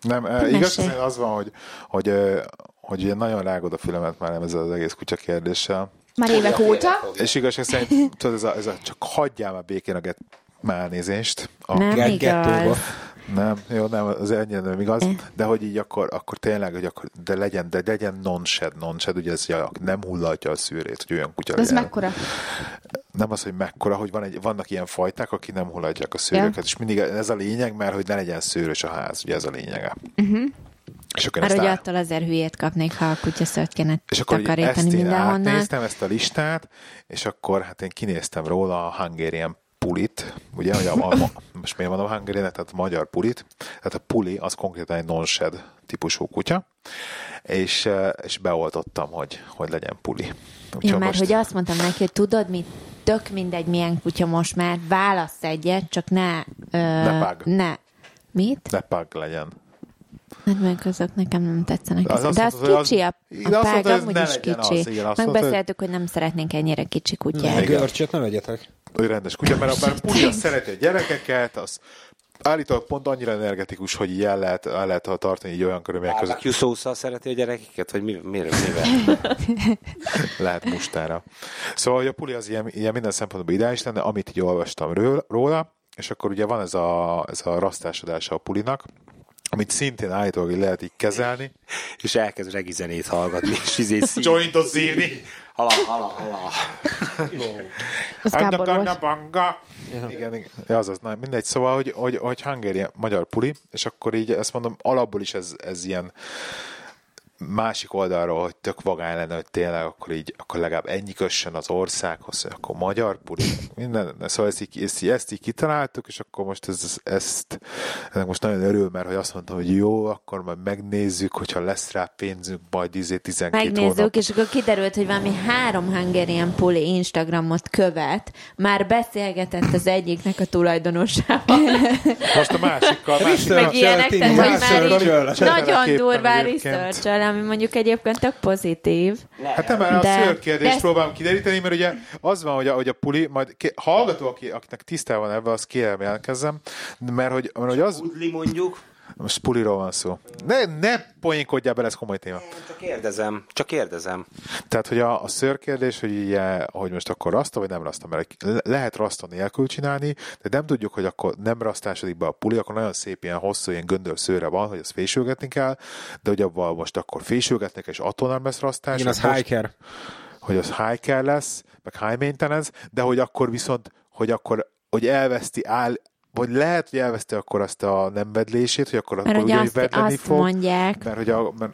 Nem, eh, igaz, mesélj. azért az van, hogy, hogy, eh, hogy ugye nagyon rágod a fülemet már nem ezzel az egész kutya kérdéssel. Már évek óta? És igazság szerint, tudod, ez a, ez a csak hagyjál már békén a get, már elnézést. A, Nem get- gettóba. igaz. nem, jó, nem, az ennyire nem igaz, de hogy így akkor, akkor tényleg, hogy akkor, de legyen, de legyen non-shed, non-shed, ugye ez ja, nem hullatja a szűrét, hogy olyan kutya Ez legyen. mekkora? Nem az, hogy mekkora, hogy van egy, vannak ilyen fajták, akik nem hullatják a szőröket, és mindig ez a lényeg, mert hogy ne legyen szőrös a ház, ugye ez a lényege. És akkor, Mhm. Már ezt hogy á- attól azért hülyét kapnék, ha a kutyaszört kéne és akkor így takarítani ezt én mindenhonnan. átnéztem, ezt a listát, és akkor hát én kinéztem róla a Hungarian pulit, ugye, hogy a, a, ma- most miért mondom Hungarian, tehát magyar pulit, tehát a puli az konkrétan egy nonshed típusú kutya, és, eh, és beoltottam, hogy, hogy legyen puli. Úgyhogy Ja, mert most- hogy azt mondtam neki, hogy tudod mit, tök mindegy milyen kutya most már, válasz egyet, csak ne... Ö, ne vág. Ne. Mit? ne pag legyen. Hát meg azok nekem nem tetszenek. Az Az azt de az mondtad, hogy az- kicsi, a, Igen, a azt pág mondtad, hogy amúgy ne is legyen kicsi. az, igen, azt mondtad, Megbeszéltük, hogy nem szeretnénk ennyire kicsi kutyát. Egy Igen. görcsöt ne vegyetek. Ő rendes kutya, mert a- mert a pulja szereti a gyerekeket, az állítólag pont annyira energetikus, hogy így el lehet, el lehet tartani így olyan körülmények között, Barbecue szószal szereti a gyerekeket, vagy mi, miért, mivel? lehet mustára. Szóval, hogy a puli az ilyen, ilyen minden szempontból ideális lenne, amit így olvastam ről, róla, és akkor ugye van ez a, ez a rasztásodása a pulinak, amit szintén állítólag így lehet így kezelni. És elkezd regi zenét hallgatni, és izé szív. Jointot szívni! Hala, hala, hala. Az Gábor volt. Banga. Igen, igen. Ja, az az, na, mindegy. Szóval, hogy, hogy, hogy Hungary magyar puli, és akkor így ezt mondom, alapból is ez, ez ilyen másik oldalról, hogy tök vagány lenne, hogy tényleg akkor így, akkor legalább ennyi kössön az országhoz, hogy akkor magyar puli, minden, szóval ezt így, ezt, így, ezt így kitaláltuk, és akkor most ez, ezt, ennek most nagyon örül, mert hogy azt mondtam, hogy jó, akkor majd megnézzük, hogyha lesz rá pénzünk, majd izé 12 hónap. Megnézzük, és akkor kiderült, hogy valami három Hungarian Puli Instagramot követ, már beszélgetett az egyiknek a tulajdonosával. Most a másikkal, másik meg ilyenek, tehát hogy már így Research, research. nagyon Mindenképpen durvá egyébként. research ami mondjuk egyébként tök pozitív. Hát nem, mert De- a szőrkérdést de- próbálom kideríteni, mert ugye az van, hogy a, hogy a puli, majd ki, hallgató, aki, akinek tisztában van ebben, az kérem jelentkezzem, mert hogy, mert hogy az, Udli mondjuk. most puliról van szó. Ne, ne poénkodjál bele, ez komoly téma. Csak kérdezem, csak kérdezem. Tehát, hogy a, a szőrkérdés, hogy, ugye, hogy most akkor rasta, vagy nem rasta, mert le- lehet rasta nélkül csinálni, de nem tudjuk, hogy akkor nem rasztásodik be a puli, akkor nagyon szép ilyen hosszú, ilyen göndör szőre van, hogy azt fésülgetni kell, de hogy abban most akkor fésülgetnek, és attól nem lesz rasztás. Igen, az most- hiker. hogy az high care lesz, meg high maintenance, de hogy akkor viszont, hogy akkor, hogy elveszti áll, vagy lehet, hogy elveszti akkor azt a nem vedlését, hogy akkor Mert akkor ugye ugyanúgy azt, azt fog, mondják, mert hogy a, mert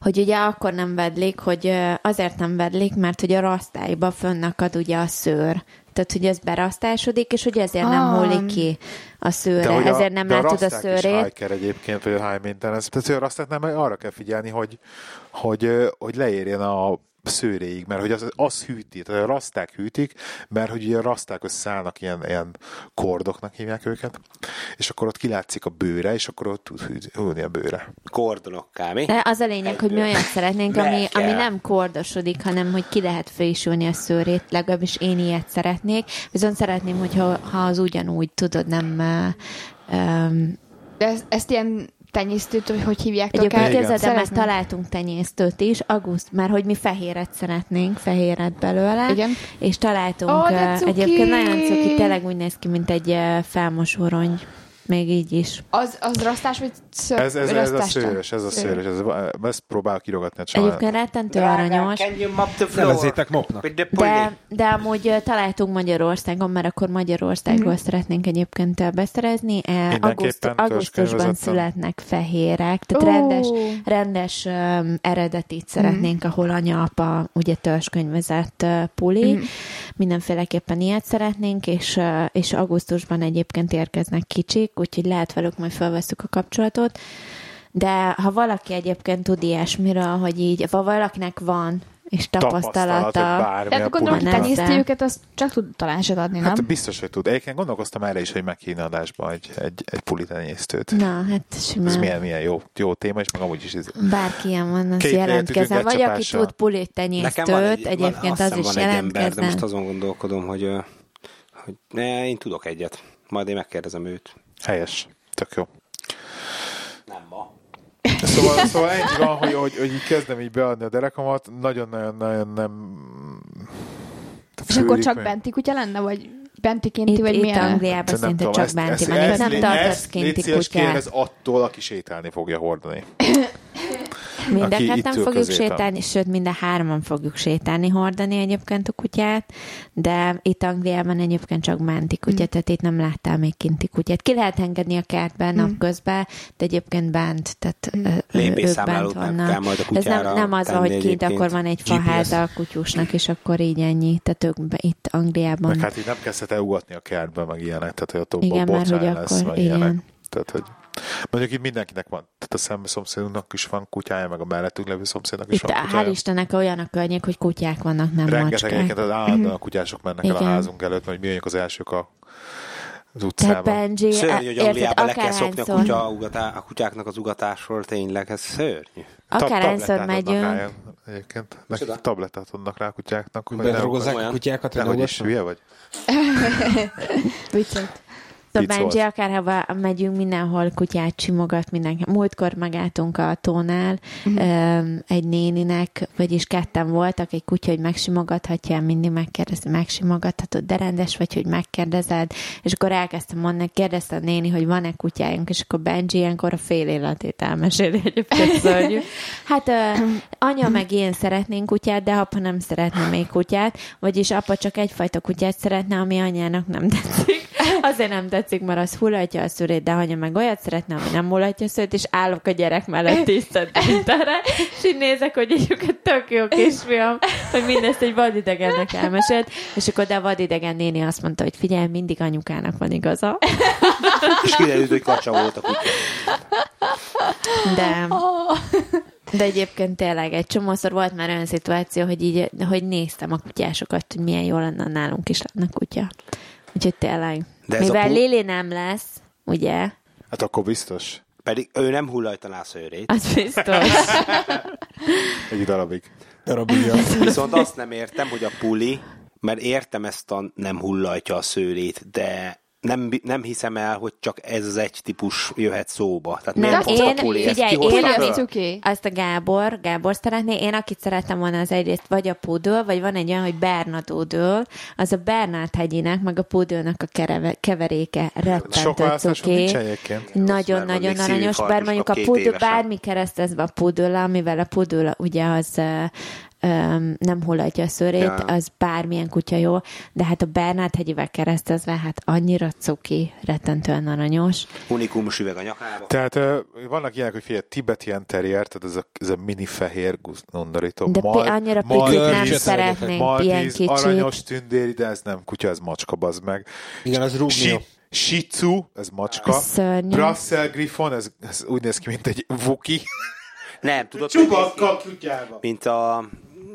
hogy ugye akkor nem vedlik, hogy ö, azért nem vedlik, mert hogy a rasztályba fönnakad ugye a szőr. Tehát, hogy ez berasztásodik, és hogy ezért nem Ah. hullik ki a szőre, hogy ezért nem de látod a raszták is szőrét. high care egyébként, vagy a high maintenance. Tehát, hogy a rasztát nem arra kell figyelni, hogy, hogy, ö, hogy leérjen a szőréig, mert hogy az, az hűti, tehát a raszták hűtik, mert hogy ugye a raszták összeállnak ilyen, ilyen kordoknak hívják őket, és akkor ott kilátszik a bőre, és akkor ott tud hű- hűlni a bőre. Kordonokká, mi? De az a lényeg, hogy mi olyan szeretnénk, Le ami, kell. ami nem kordosodik, hanem hogy ki lehet fésülni a szőrét, legalábbis én ilyet szeretnék. Viszont szeretném, hogyha ha az ugyanúgy, tudod, nem... Uh, um, De ezt, ezt ilyen tenyésztőt, hogy hogy hívják? egyébként Igen. képzeld el, már Szeretném. találtunk tenyésztőt is, aguszt, már hogy mi fehéret szeretnénk, fehéret belőle. Igen. És találtunk, Ó, de eh, cuki! egyébként nagyon cuki, tényleg úgy néz ki, mint egy eh, felmos orony. Még így is. Az, az rasztás, vagy ször, Ez, ez, ez a rasztástán? szőrös, ez a szőrös, ez, ezt próbálok kirogatni a család. Egyébként rettentő aranyos. Can you mop the floor? Nevezzétek mopnak. With the De, pulley. de amúgy ö, találtunk Magyarországon, mert akkor Magyarországról szeretnénk egyébként ö, beszerezni. E, Aguszt, köszönöm, augusztusban vezettem. születnek fehérek, tehát Ó. rendes, rendes um, eredetit szeretnénk, ahol anya, apa, ugye törzskönyvezett uh, puli. Mindenféleképpen ilyet szeretnénk, és, ö, és augusztusban egyébként érkeznek kicsik, úgyhogy lehet velük majd felveszük a kapcsolatot. De ha valaki egyébként tud ilyesmiről, hogy így, ha valakinek van, és Tapasztalat, tapasztalata, vagy bármi Tehát a gondolom, hogy pulitán. pulikban. tenyész- tenyészti őket, azt csak tud tanácsot adni, nem? Hát biztos, hogy tud. Egyébként gondolkoztam erre is, hogy meghívni adásba egy, egy, egy pulitenyésztőt. Na, hát Ez simán. milyen, milyen jó, jó téma, és meg amúgy is ez Bárki ilyen van, az Két jelentkezem. életütünk egy Vagy aki csapással. tud pulit Nekem van tenyésztőt, egy, egyébként van, az azt hiszem is van egy ember, de jelentkezem. most azon gondolkodom, hogy, ö, hogy ne, én tudok egyet. Majd én megkérdezem őt. helyes. Tök jó. Nem ma. Szóval, szóval ennyi van, hogy, hogy, hogy így kezdem így beadni a derekamat, nagyon-nagyon-nagyon nem... És akkor Fődik csak meg. benti kutya lenne, vagy benti kinti, Itt, vagy itt milyen? Angliában Szerintem szinte csak bánti van, itt nem légy- tartasz ezt légy kinti szíves, kutyát. kérdez attól, aki sétálni fogja hordani. Mind a aki itt ketten ül fogjuk középen. sétálni, sőt, mind a hárman fogjuk sétálni, hordani egyébként a kutyát, de itt Angliában egyébként csak menti kutya, tehát itt nem láttál még kinti kutyát. Ki lehet engedni a kertben napközben, de egyébként bent, tehát ö, ö, ők bent Lépésszámlálót nem kell vannak. majd a Ez nem, kutyára nem az, tenni hogy kint egyébként. akkor van egy GPS. faháza a kutyusnak, és akkor így ennyi. Tehát ők be, itt Angliában Meg hát így nem kezdhet el ugatni a kertbe, meg ilyenek, tehát hogy attól Igen, Igen, mert botrány hogy lesz, akkor- meg igen. ilyenek. Tehát, hogy mondjuk itt mindenkinek van, tehát a szem szomszédunknak is van kutyája, meg a mellettünk levő szomszédnak is Itt van hál' kutyája. Istennek olyan a környék, hogy kutyák vannak, nem Rengeteg egyébként macskák. az állandóan a kutyások mennek el a Mhm. Igen. házunk előtt, mert mi vagyunk az elsők a, az Tehát utcában. Benji, e- Szörnyű, hogy érted, Angliában le kell szokni a, akárhányszor- kutya, ugatá, a kutyáknak az ugatásról, tényleg, ez szörnyű. Tab- Akárhányszor tablettát adnak megyünk, Rá, egyébként. Micsoda? Nekik tablettát adnak rá a kutyáknak. hogy Bedrogozzák a olyan. kutyákat, ne, hogy hogy is olvasson? hülye vagy? Viccet. a Vicc Szóval Benji volt. akárhova megyünk, mindenhol kutyát simogat mindenki. Múltkor megálltunk a tónál Mhm. mm. egy néninek, vagyis ketten voltak, egy kutya, hogy megsimogathatja, mindig megkérdezi, megsimogathatod, de rendes vagy, hogy megkérdezed, és akkor elkezdtem mondani, kérdezte a néni, hogy van-e kutyájunk, és akkor Benji ilyenkor a fél életét elmeséli egyébként szörnyű. Hát ö, anya meg én szeretnénk kutyát, de apa nem szeretne még kutyát, vagyis apa csak egyfajta kutyát szeretne, ami anyának nem tetszik. Azért nem tetszik, mert az hullatja a szülét, de anya meg olyat szeretne, ami nem hullatja a szülét, és állok a gyerek mellett tisztelt mindenre, és így nézek, hogy egyébként tök jó kisfiam, hogy mindezt egy vadidegennek elmesélt, és akkor de a vadidegen néni azt mondta, hogy figyelj, mindig anyukának van igaza, És kiderült, hogy kacsa volt a kutya. de... De egyébként tényleg egy csomószor volt már olyan szituáció, hogy így, hogy néztem a kutyásokat, hogy milyen jó lenne ha nálunk is lenne kutya. Úgyhogy tényleg. De De ez a Mivel pu- Lili nem lesz, ugye, Hát akkor biztos. Pedig ő nem hullajtaná a szőrét. az biztos. Egy darabig. Darabja. Viszont azt nem értem, hogy a puli, mert értem ezt a nem hullajtja a szőrét, de nem, nem hiszem el, hogy csak ez az egy típus jöhet szóba. Tehát Nem, miért pont én, a puli? Ezt figyelj, kihozta én föl? amit- Cuki. Azt a Gábor, Gábor szeretné, én akit szerettem volna az egyrészt vagy a púdől, vagy van egy olyan, hogy Bernadódől, az a Bernát hegyinek, meg a púdölnek a kereve, keveréke Sok rettentő választások cuki. nincs egyébként. Mert van Nagyon-nagyon még aranyos, szívinfarktusnak bár mondjuk a két pudő, évesen. bármi keresztezve a pudőle, amivel a pudőle ugye az ö, ö, nem hullatja a szőrét, Ja. ja. az bármilyen kutya jó, de hát a Bernát hegyivel keresztezve, hát annyira cuki, rettentően aranyos. Unikumos üveg a nyakába. Tehát ö, vannak ilyenek, hogy figyelj, tibetien terrier, tehát ez a, ez a mini fehér guz- undorító. De Mal- pi- annyira mal- picit nem Maltíz- szeretnénk ilyen Maltíz, kicsit. aranyos tündéri, de ez nem kutya, ez macska, bazd meg. Igen, az rúgni. Si- Shih Tzu, ez macska. Ez szörnyű. Russell Griffon, ez, ez úgy néz ki, mint egy vuki. Nem, tudod, Csubakka kutyába. mint a...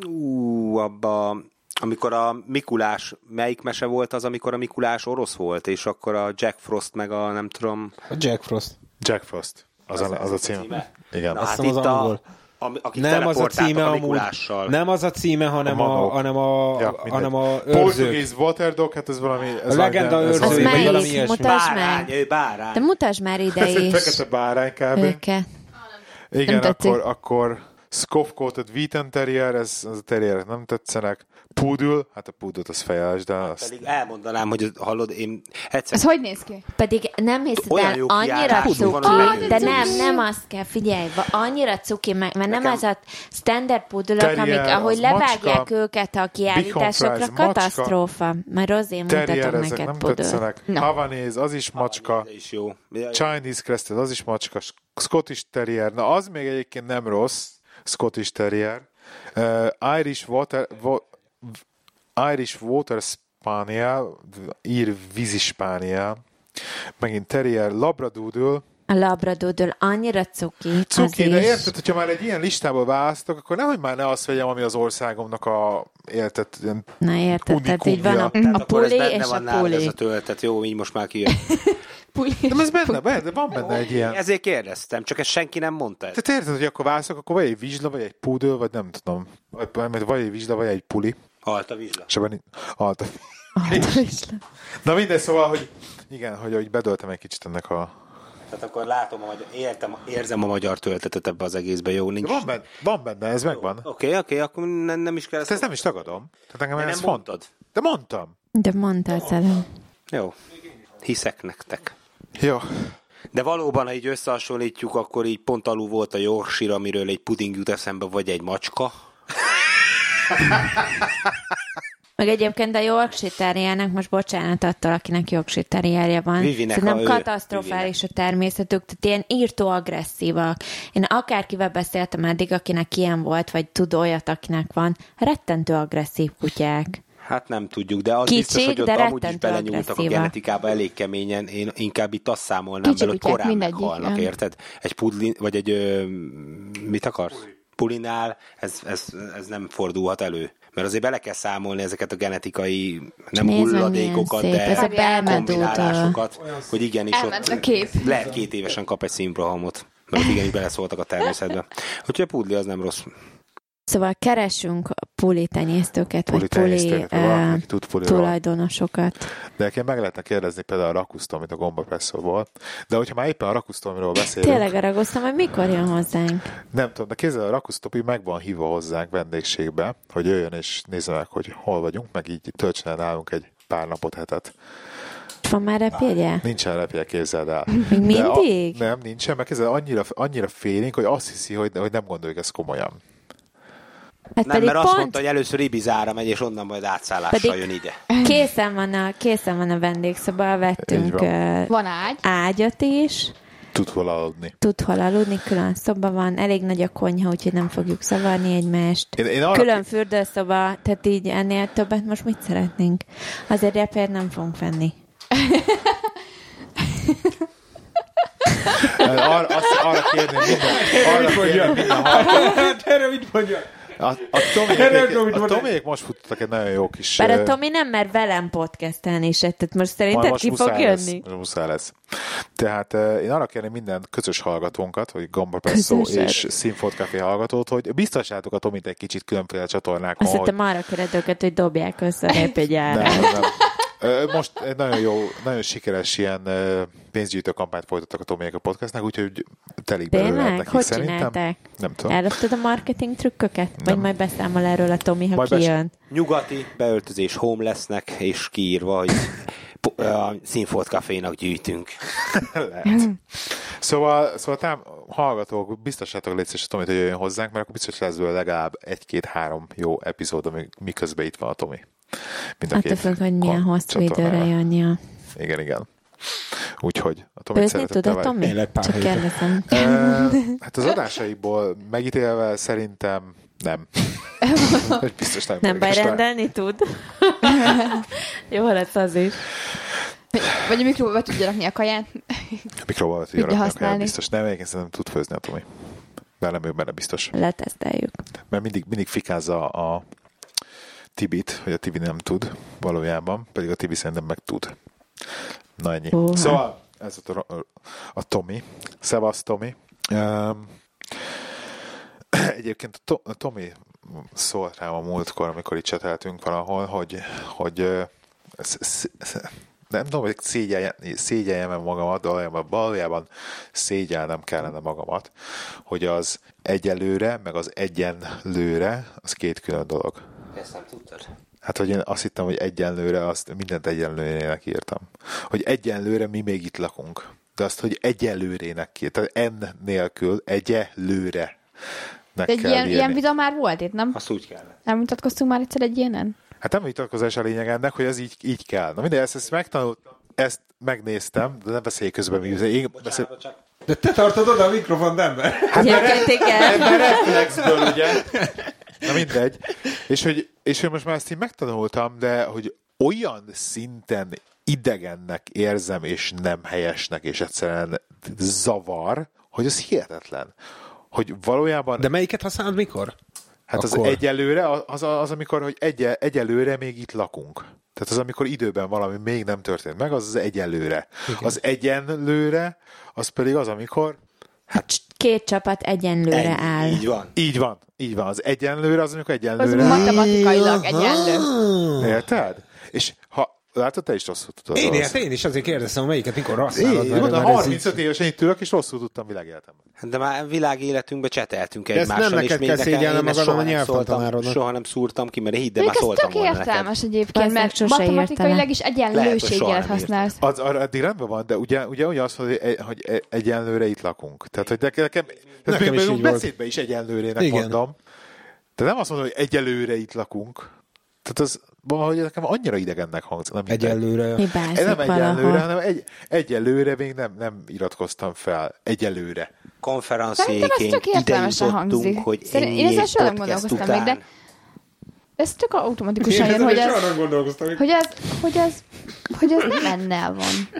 Ú, abba, amikor a Mikulás, melyik mese volt az, amikor a Mikulás orosz volt, és akkor a Jack Frost meg a nem tudom... A Jack Frost. Jack Frost. Az, az, a, az a cím. Igen. Na, Azt hát hiszem, itt az a, angol. a, akik Nem az a címe a amúgy. Mikulással. Nem az a címe, hanem A a, manó. hanem a, Ja, mindegy. hanem a őrzők. Portugéz Waterdog, hát ez valami... Ez A legenda valami- Az ez őrzői, valami- vagy valami melyik? ilyesmi. Mutasd Bárány, meg! ő bárány. De mutasd már ide Ez egy is fekete bárány kb. őket. Igen, Nem tetszik. akkor, akkor Scoff Coated Wheaten Terrier, ez, az a terrierek nem tetszenek. Pudül, hát a pudult az fejes, de azt... Pedig elmondanám, hogy hallod, én egyszer Ez hogy néz ki? Pedig nem hiszed Olyan el, jó annyira kiállás, van, cuki, hogy de megnézzük. nem, nem azt kell, figyelj, va- annyira cuki, meg, mert nem Nekem- az a standard pudulok, amik, Terrier, ahogy az levágják macska, őket a kiállításokra, Bichon Fries, katasztrófa. Már Rozin Terrier, mutatom ezek neked nem pudul. tetszenek. No. Havanéz, az is macska. Ez is jó. Ja, ja. Chinese Crested, az is macska. Scottish Terrier, na az még egyébként nem rossz. Scottish Terrier. Uh, Irish Water... Wa, Irish Water Spaniel, ír vízi spániel, megint Terrier, Labradoodle, A labradódől annyira cuki. az Cuki, de is. érted, hogyha már egy ilyen listából választok, akkor nehogy már ne azt vegyem, ami az országomnak a éltet. ilyen- Na érted, tehát így van a, Tehát a Mm, akkor ez puli benne és van a nálad Ez puli. a töltet, jó, így most már kijön. Nem, ez benne, benne, van benne egy ilyen. Ezért kérdeztem, csak ezt senki nem mondta. Tehát érted, hogy akkor választok, akkor vagy egy vizsla, vagy egy púdő, vagy nem tudom. Vagy, vagy- vagy egy vizsla, vagy egy puli. Halt a vizsla. És abban alta. Na mindegy, szóval, hogy igen, hogy, hogy bedöltem egy kicsit ennek a... Tehát akkor látom, hogy értem, érzem a magyar töltetet ebbe az egészbe, jó? Nincs. De Van benne, van benne ez megvan. Oké, okay, oké, okay, akkor nem, nem is kell Ezt, ezt nem is tagadom. Tehát engem De ez nem font- mondtad. De mondtam. De mondtad előbb. Jó. Hiszek nektek. Jó. De valóban, ha így összehasonlítjuk, akkor így pont alul volt a Yorkshire, amiről egy puding jut eszembe, vagy egy macska. Meg egyébként a Yorkshire terriernek, most bocsánat attól, akinek Yorkshire terrierje van, Vivinek, szerintem ha ő- katasztrofális a természetük, tehát ilyen írtó agresszívak. Én akárkivel beszéltem eddig, akinek ilyen volt, vagy tud olyat, akinek van, rettentő agresszív kutyák. Hát nem tudjuk, de az Kicsik, biztos, hogy ott de amúgy is rettentő belenyúltak a agresszívak. genetikába elég keményen. Én inkább itt azt számolnám Kicsi bele, hogy kutyák, korán mindegyik, meghalnak, igen. érted? Egy pudlin, vagy egy... Ö, mit akarsz? Pulinál, ez, ez, ez nem fordulhat elő. Mert azért bele kell számolni ezeket a genetikai, nem Nézd meg, milyen hulladékokat, szép. de Ezek elmedúltak. kombinálásokat, hogy igenis Elment ott a kép. lehet két évesen kap egy szimprohamot. Mert ott igenis beleszóltak a természetbe. Úgyhogy a pudli az nem rossz. Szóval keresünk puli tenyésztőket, vagy puli Politenyésztőket, valaki eh, tud puliról. tulajdonosokat. De nekem meg lehetne kérdezni például a rakusztom, amit a gombapresszóból. De hogyha már éppen a rakusztomról beszélünk, Tényleg aragoztam, hogy mikor jön hozzánk. nem tudom, de kézzel a rakusztopi meg van hívva hozzánk vendégségbe, hogy jöjjön és nézze meg, hogy hol vagyunk, meg így töltsen el nálunk egy pár napot, hetet. Van már Hát repjegye? Nincsen repje, képzeld el. Még De a- mindig? nem, nincsen, mert képzeld, el, annyira, annyira félénk, hogy azt hiszi, hogy, hogy nem gondoljuk ezt komolyan. Hát Nem, pedig mert azt mondta, pont hogy először Ibizára megy, és onnan majd átszállással Pedig- jön ide. készen van a, készen van a vendégszoba, vettünk Így van. ö, Van ágy. ágyat is, Tud hol aludni. tud hol aludni, külön szoba van, elég nagy a konyha, úgyhogy nem fogjuk zavarni egymást. Én- én arra- Külön fürdőszoba, tehát így ennél többet most mit szeretnénk? Azért repért nem fogunk venni. Arra, azt, arra kérném minden, arra kérném minden Hát erre mit mondja? A, a, Erről Tomiék, tudom, hogy a van egy- Tomiék most futottak egy nagyon jó kis... Bár ö, a Tomi nem mer velem podcastelni se, tehát most majd szerinted most ki fog muszáj lesz, jönni? most Muszáj lesz. Tehát ö, én arra kérném minden közös hallgatónkat, hogy Gamba Pesszó Közöset. és Színfolt Café hallgatót, hogy biztossátok a Tomit egy kicsit különféle csatornákon, Azt hogy... hittem arra kéred őket, hogy dobják össze a repjegyára. Nem, nem. Ö, Most egy nagyon jó, nagyon sikeres ilyen ö, pénzgyűjtő kampányt folytattak a Tomiék a podcastnak, úgyhogy telik belőle Tényleg? ennek is Hogy szerintem. csinálták? Nem tudom. Elloptad a marketing trükköket? Vagy majd beszámol erről a Tomi, ha Majd bes- kijön? Nyugati beöltözés home lesznek, és kiírva, hogy po- a Színfolt kafénak gyűjtünk. Lehet. Szóval, szóval tám, hallgatók, biztosátok légy szíves a Tomit, hogy jöjjön hozzánk, mert akkor biztos lesz belőle legalább egy-két-három jó epizód, ami, miközben itt van a Tomi. Mind Attól két függ, hogy milyen kon- hosszú időre csatornára. jönni. Igen, igen. Úgyhogy a Tomit Őzni szeretettel tudod, vár- Tomi? Tényleg pár Csak héten. kérdezem. Ö, Hát az adásaiból megítélve szerintem nem. Hogy biztos nem. Nem baj, érdekes rá. rendelni tud. Jó lesz az is. Vagy a mikróba be tudja rakni a kaját. Mikróval tudja Tudja rakni, akár használni. biztos. Nem, egyébként nem tud főzni a Tomi. Velem ő benne biztos. Leteszteljük. mert mindig, mindig fikázza a Tibit, hogy a Tibi nem tud valójában, pedig a Tibi szerintem meg tud. Na ennyi. Húha. Szóval ez a, a, a Tomi. Szevasz, Tomi. Um, egyébként a, to, a Tomi szólt rám a múltkor, amikor itt cseteltünk valahol, hogy, hogy ö, sz, sz, sz, nem tudom, hogy szégyeljem, szégyeljem -e magamat, de valójában, valójában szégyelnem kellene magamat, hogy az egyelőre, meg az egyenlőre, az két külön dolog. Ezt nem tudtad? Hát, hogy én azt hittem, hogy egyenlőre, azt mindent egyenlőrének írtam. Hogy egyenlőre mi még itt lakunk. De azt, hogy egyenlőrének ki. Tehát N nélkül egyenlőre. De egy kell ilyen, ilyen, ilyen vita már volt itt, nem? Azt úgy kellett. Nem mutatkoztunk már egyszer egy ilyenen? Hát nem vitatkozás a lényeg ennek, hogy ez így, így kell. Na mindegy, ezt, ezt megtanultam, ezt megnéztem, de nem beszélj közben, mi én beszél... De te tartod oda a mikrofont, Hát ember? Hát Egyébként igen. De reflexből, ugye? Na mindegy. És hogy, és hogy most már ezt így megtanultam, de hogy olyan szinten idegennek érzem, és nem helyesnek, és egyszerűen zavar, hogy az hihetetlen. Hogy valójában, De de melyiket használod mikor? hát az akkor- egyelőre, az, a- az amikor, hogy egy, egyelőre még itt lakunk. Tehát az, amikor időben valami még nem történt meg, az az egyelőre. Igen. Az egyenlőre, az pedig az, amikor Két csapat egyenlőre áll. Így van. így van, így van. Az egyenlőre az, amikor Az egyenlőre áll. Ah. matematikailag egyenlő. Érted? És ha Látod, te is rosszul tudod. Én, rossz. hát én is azért kérdeztem, hogy melyiket mikor használod. Én, mert- mondom, mert ez 35 évesen itt ülök, és rosszul tudtam világéletemben. De már világ életünkben cseteltünk ezt egymással, nem és neked még kell nekem szégyellnem én ezt magad, hanem soha a nem, szóltam, nyelvtanárnak. soha nem szúrtam ki, mert hidd, de Még már ez szóltam tök volna értelmes egyébként, Persze, mert sose értenem. matematikailag is Lehet, hogy soha egyenlőségjelet nem használsz. Az arra eddig rendben van, de ugye, ugye úgy azt mondod, hogy, egy- hogy e- egyenlőre itt lakunk. Tehát, hogy nekem, nekem, Nekem nekem is is így volt. beszédben is egyenlőrének Igen. Igen. mondom. Tehát nem azt mondom, hogy egyelőre itt lakunk. Tehát az valahogy nekem annyira idegennek hangzik. Nem mindegy. Egyelőre. Hibázik nem egyelőre, valahol. hanem egy, egyelőre még nem, nem iratkoztam fel. Egyelőre. Szerintem ez Konferenciéként tök értelmesen idejutottunk, hangzik. hogy Szerint- ennyi én ezzel év soha nem podcast gondolkoztam után. még, de- Ez tök automatikusan jön, hogy ez, gondolkoztam, hogy ez, hogy ez, hogy ez nem ennel van.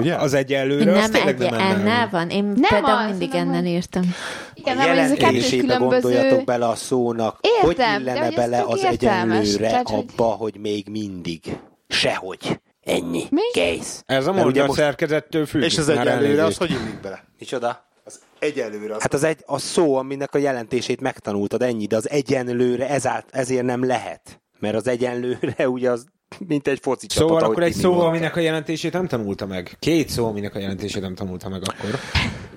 Ugye? Az egyelőre, az Nem, tényleg egy, nem ennél ennel van. van. Én Nem például az, mindig hanem ennel az- írtam. Igen, A nem, ez a kettő jelentésébe különböző... gondoljatok bele a szónak, Értem, hogy de illene hogy ez bele tök az értelmes. egyenlőre Tehát, hogy- abba, hogy még mindig. Sehogy. Ennyi. Mi? Kész. Ez a Mert ugye magyar most- szerkezettől függ. És az Már egyelőre, az elnézést. hogy illik bele? Micsoda? Az egyelőre, az Hát az egy, a szó, aminek a jelentését megtanultad, ennyi, de az egyenlőre ezált, ezért nem lehet. Mert az egyenlőre ugye az, mint egy foci csapat, Szóval ahogy akkor egy Timi szó, mondta. aminek a jelentését nem tanulta meg. Két szó, aminek a jelentését nem tanulta meg akkor.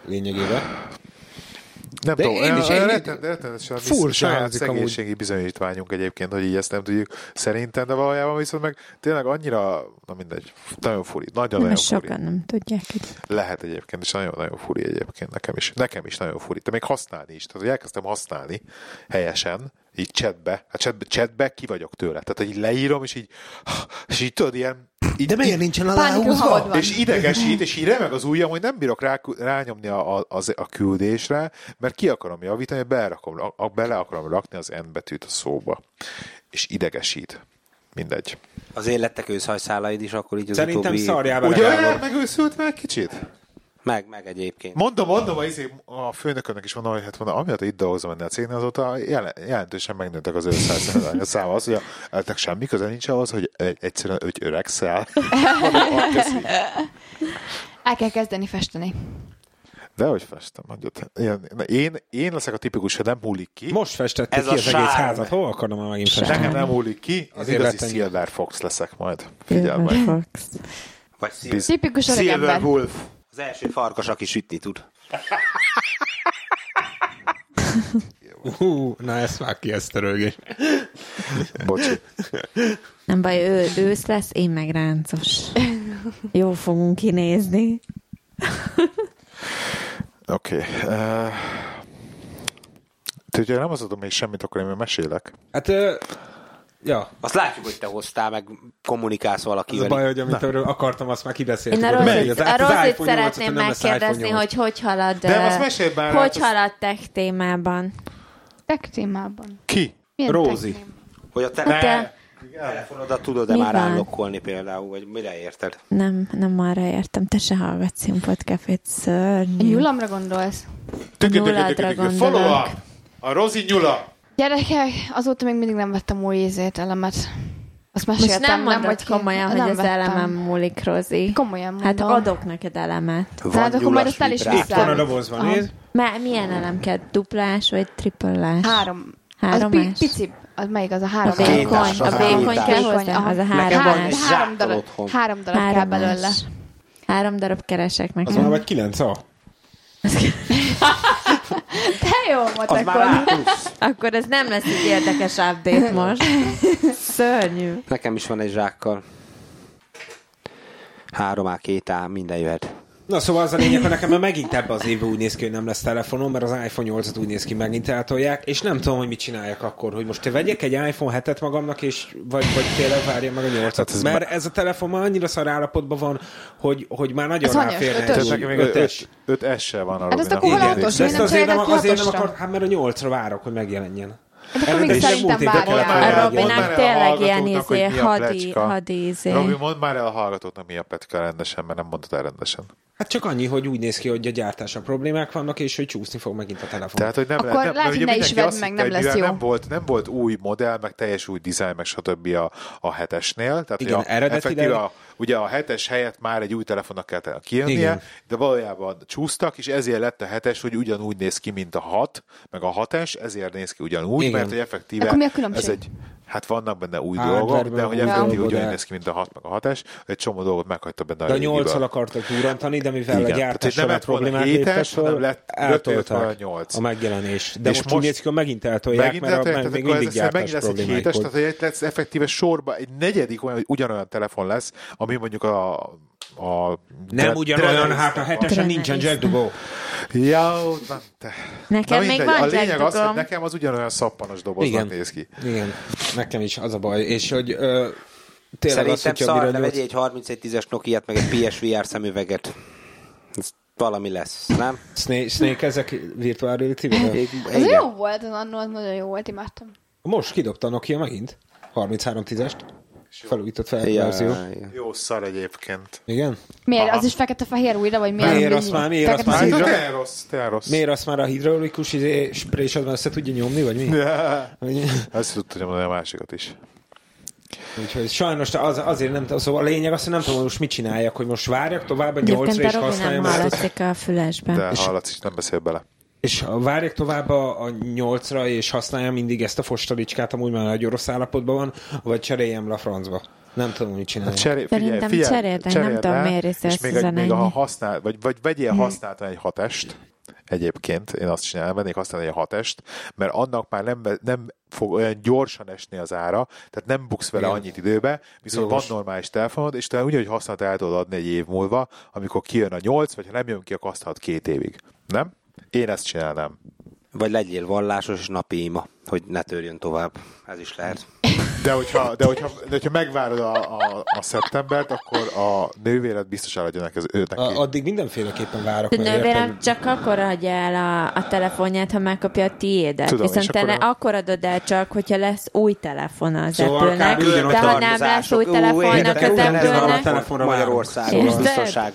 Lényegében. Nem De tudom, én is- én- rettenetesen Furcsa visz- saját hangzik amúgy. szegénységi bizonyítványunk egyébként, hogy így ezt nem tudjuk szerintem, de valójában viszont meg tényleg annyira, na mindegy, nagyon furi, Nem, nagyon-nagyon ezt furi. sokan nem tudják. hogy- Lehet egyébként, és nagyon-nagyon furi egyébként nekem is. Nekem is nagyon furi, de még használni is. Tehát, hogy elkezdtem használni helyesen, így chatbe, hát chatbe, chatbe ki vagyok tőle. Tehát, hogy így leírom, és így, és így tudod, ilyen, így, így- nincsen Pánikrohamod van. és idegesít, és így remeg az ujjam, hogy nem bírok rá, rányomni a, a, az- a küldésre, mert ki akarom javítani, belerakom, a, bele akarom rakni az N betűt a szóba. És idegesít. Mindegy. Az élettek őszhajszálaid is akkor így az Szerintem utóbbi... szarjál bele. Ugye Gábor. olyan megőszült már kicsit? Meg, meg egyébként. Mondom, mondom, a, izé- a főnökönnek is mondom, hogy hát mondom, amiatt itt dolgozom ennél a cégnél, azóta jel- jelentősen megnőttek az őszhajszálaid. A száma az, hogy a, ennek semmi köze nincs ahhoz, hogy egy- egyszerűen öt öregszel. Mondom, ah, köszi. El kell kezdeni festeni. Dehogy festem, mondjad. Ilyen, na, én, én leszek a tipikus, ha nem hullik ki. Most festették Ez ki a az egész sárm. házat. Hol akarom már megint festeni? Nekem nem hullik ki, az Azért igazi vettem. Silver Fox leszek majd. Figyelj meg. Fox. Vagy Silver, Biz- Tipikus öreg ember. Wolf. Az első farkas, aki sütni tud. Hú, na ezt már ki ezt törölgés. Bocsi. Nem baj, ő, ősz lesz, én meg ráncos. Jó fogunk kinézni. Oké. Okay. Te ugye nem az adom még semmit, akkor én még mesélek. Hát, ö, ja. Azt látjuk, hogy te hoztál, meg kommunikálsz Az a valakivel. baj, hogy amit erről akartam, azt már kibeszéltük. Én a oda megy. Rozit, Hát, Az a át- az Rozit iPhone 8-at, szeretném nem lesz megkérdezni, iPhone 8. hogy hogy halad, De azt ö, meséld már, hát hogy azt- halad tech témában. Tech témában. Ki? Milyen Rózi. tech téma? Hogy a Hát tele- de telefonodat tudod-e Mi már van? állokkolni például, vagy mire érted? nem, nem arra értem, te se hallgatsz színpot kefét, A szörnyű. nyulamra gondolsz? Tükö, tükö, Nulladra tükö, tükö. gondolok. Follow up! A Rozi Nyula! Gyerekek, azóta még mindig nem vettem új ízét, elemet. Azt meséltem, Most nem mondod hogy hogy ki- komolyan, nem hogy az vettem. elemem múlik, Rozi. Komolyan Hát mondom. adok neked elemet. Tehát akkor majd nyulas azt el is vibrát. Itt van a viszem. dobozban, Aha. nézd. Már milyen elem kell? Duplás vagy triplás? Három. Három az más? pi- pici, az melyik az a A három? vékony, kétás, a az vékony kétás. kell Vékony, hozzá, aha. az a Nekem van három egy más. három zsáktól darab, otthon. három darab kell Három belőle. más. Három darab keresek Az már nekem. vagy 9 a Te jó volt Az már akkor. rá plusz. Akkor ez nem lesz egy érdekes update most. Szörnyű. Nekem is van egy zsákkal. 3A, 2A, minden jöhet. Na szóval az a lényeg, hogy nekem már megint ebbe az évben úgy néz ki, hogy nem lesz telefonom, mert az iPhone 8-at úgy néz ki, megint eltolják, és nem tudom, hogy mit csináljak akkor, hogy most te vegyek egy iPhone 7-et magamnak, és vagy, vagy tényleg várjam meg a 8-at. Hát ez mert ez a telefon már annyira szar állapotban van, hogy, hogy már nagyon Ez hanyas? ráférne. Ötös? egy- Tehát még ötös. 5 S-sel van a Hát ezt Rozinak. akkor hol Igen. autós? De Miért ezt nem azért nem, cseréled ki azért nem hatosra? akar, hát mert a 8-ra várok, hogy megjelenjen. Hát akkor még Eredetileg szerintem múlt héten várjál. kellett A el, mondd már Robinak el a tényleg ilyen hallgatóknak, izé, hogy mi a hadi, plecska. hadi izé. Robi, mondd már el a hallgatóknak, mi a petka rendesen, mert nem mondtad el rendesen. Hát csak annyi, hogy úgy néz ki, hogy a gyártása problémák vannak, és hogy csúszni fog megint a telefon. Tehát, hogy nem Akkor lehet, nem, lehet, mert ugye hogy ne mindenki is vedd azt meg, hitte, nem hogy lesz mivel jó. Nem volt, nem volt új modell, meg teljes új dizájn, meg stb. a, a hetesnél. Tehát Igen, hogy a, eredetileg- effektív a, ugye a hetes helyett már egy új telefonnak kellett kijönnie, Igen. Igen. de valójában csúsztak, és ezért lett a hetes, hogy ugyanúgy néz ki, mint a hat, meg a hates, ezért néz ki ugyanúgy, Igen. mert hogy effektíve Akkor mi a különbség? ez egy Hát Hát vannak benne új Hardware, dolgok, de meg hogy új effektív dolgok, ugyanúgy de- néz ki, mint a 6 meg a 6S, egy csomó dolgot meghagyta benne De a régibe. nyolccal akartak durantani, de mivel Igen. a Tehát, hogy gyártás nem során lett volna problémát hétes, léptek hanem föl, lett- eltolták lett volna nyolc. a megjelenés. De És most, most- úgy néz ki, hogy megint eltolják, Megint mert a, eltolják, meg, tehát még akkor mindig ez lesz- gyártás megint lesz egy hétes, problémáik tehát volt. hogy egy lesz effektíve sorba, egy negyedik olyan, ugyanolyan telefon lesz, ami mondjuk a, a Nem ugyanolyan, hát a hetesen Trend nincsen lista. Jack Dugó. Ja, na, te. Nekem még mindegy, van A lényeg az, zsebdugom. hogy nekem az ugyanolyan szappanos doboznak Igen. néz ki. Igen, nekem is az a baj. És hogy ö, tényleg az, Szerintem hogyha mire szar, ne nyolc... vegyél egy 3110-es Nokia-t, meg egy PSVR szemüveget. Ez valami lesz, nem? Snake, Snake ezek virtual reality Ez jó volt, az annó az nagyon jó volt, imádtam. Most kidobta a Nokia megint 3310-est. Felújított fel Ja, verzió. ja, ja. Jó szar egyébként. Igen? Miért? Aha. Az is fekete-fehér újra, vagy miért? Miért azt már- miért azt Fekete- már- Hát így te van. el rossz, te el rossz. Miért azt már a hidraulikus izé, sprésodban össze tudja nyomni, vagy mi? Vagy- Ezt tudtam mondani a másikat is. Úgyhogy sajnos az, azért nem tudom, szóval a lényeg az, hogy nem tudom, hogy most mit csináljak, hogy most várjak tovább a nyolcra Egyébként és a Robi nem használjam ezt. hallatszik a fülesben. De hallatszik, nem beszél bele. És ha várjak tovább a, a nyolcra és használjam mindig ezt a fostalicskát, amúgy már nagy orosz állapotban van, vagy cseréljem le a francba. Nem tudom, mit csináljak. Cseré, figyelj, Szerintem figyelj, cseréld, nem tudom, le, miért is és ez még, egy, még zenei. a használ, vagy, vagy vegyél Hm. használtan egy hatest, egyébként, én azt csinálom, vennék használni egy hatest, mert annak már nem, nem fog olyan gyorsan esni az ára, tehát nem buksz vele Igen. annyit időbe, viszont Jogos. van normális telefonod, és talán ugyanúgy használat el tudod adni egy év múlva, amikor kijön a nyolc, vagy ha nem jön ki, akkor használhat két évig. Nem? Én ezt csinálnám. Vagy legyél vallásos és napi ima, hogy ne törjön tovább. Ez is lehet. De hogyha, de hogyha, de hogyha megvárod a, a, a szeptembert, akkor a nővéred biztos eladja neki. A, addig mindenféleképpen várok. A mert érted, nővérem csak akkor adja el a, a telefonját, ha megkapja a tiédet. Tudom, Tudom, és Viszont te ne akkor a- akkor adod el csak, hogyha lesz új telefon az Szóval Apple-nek. kb. ugyanott De ha nem lesz Tartozások, új ú, telefonnak érted? az ugyanez van Apple-nek, a telefon- Telefonra Magyarországon, Érted? biztonság.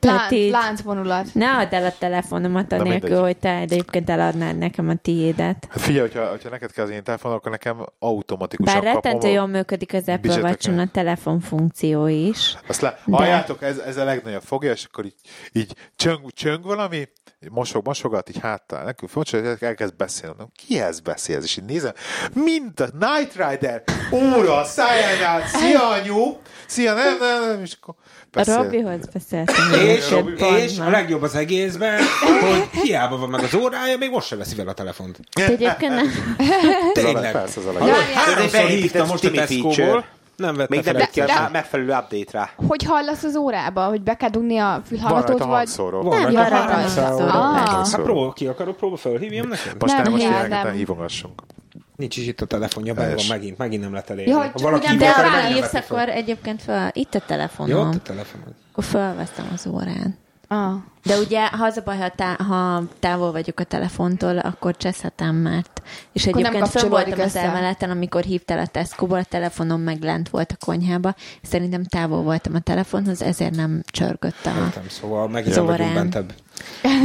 tehát Lánc, így láncvonulat. ne add el a telefonomat Na, anélkül, mindegy. hogy te egyébként eladnád nekem a tiédet. Hát figyelj, hogyha, hogyha neked kell az én telefonom, akkor nekem automatikusan Bár Bár kapom. rettentő jól működik az Apple Bizsetek watch el. a telefon funkció is. Azt le, De- halljátok, ez, ez a legnagyobb fogja, és akkor így, így csöng, csöng valami, mosog, mosogat, így háttal nekünk, mosogat, elkezd beszélni. Mondom, kihez beszél ez? És így nézem, mint a Night Rider, óra, a száján át, szia anyu, szia, nem, nem, nem, és akkor beszél. A Robihoz beszéltem. És, egyébként és pont a ma. legjobb az egészben, hogy hiába van meg az órája, még most se veszi fel a telefont. Te egyébként nem- Ez a leg- Tényleg. Persze, ez a legjobb. Hallod? egy Háromszor beépített hívtam most a Timmy Tesco-ból, feature. nem vette Még fel nem jött ki egyszer a sem. má- megfelelő update rá. Hogy hallasz az órába? Hogy be kell dugni a Van fülhallgatót, rajta vagy... hangszóró. Van Nem, rajta jaj, három rajta szám. van. Ah. Hát próbál, ki akarod, próbál felhívjam neked? Most nem, Nem most hiány, tényleg nem nem. hívogassunk. Nincs is itt a telefonja, benne van Helyes. megint, megint nem lett elég. Ja, hogy Ha csak valaki ugyan De hívja, Mikor ha akkor nem felhívsz, vette fel. akkor egyébként fel, itt a Jó, ott telefonom. a telefonod. Akkor felvesztem az órán. Ah. De ugye, ha az a baj, ha, tá- ha távol vagyok a telefontól, akkor cseszhetem, mert... És Akkor nem egyébként fönn kapcsolódik voltam az össze. emeleten, amikor hívtál a tesco a telefonom meg lent volt a konyhába. Szerintem távol voltam a telefonhoz, ezért nem csörgött a... Értem, szóval megint nem Szóval vagyunk rám. bentebb.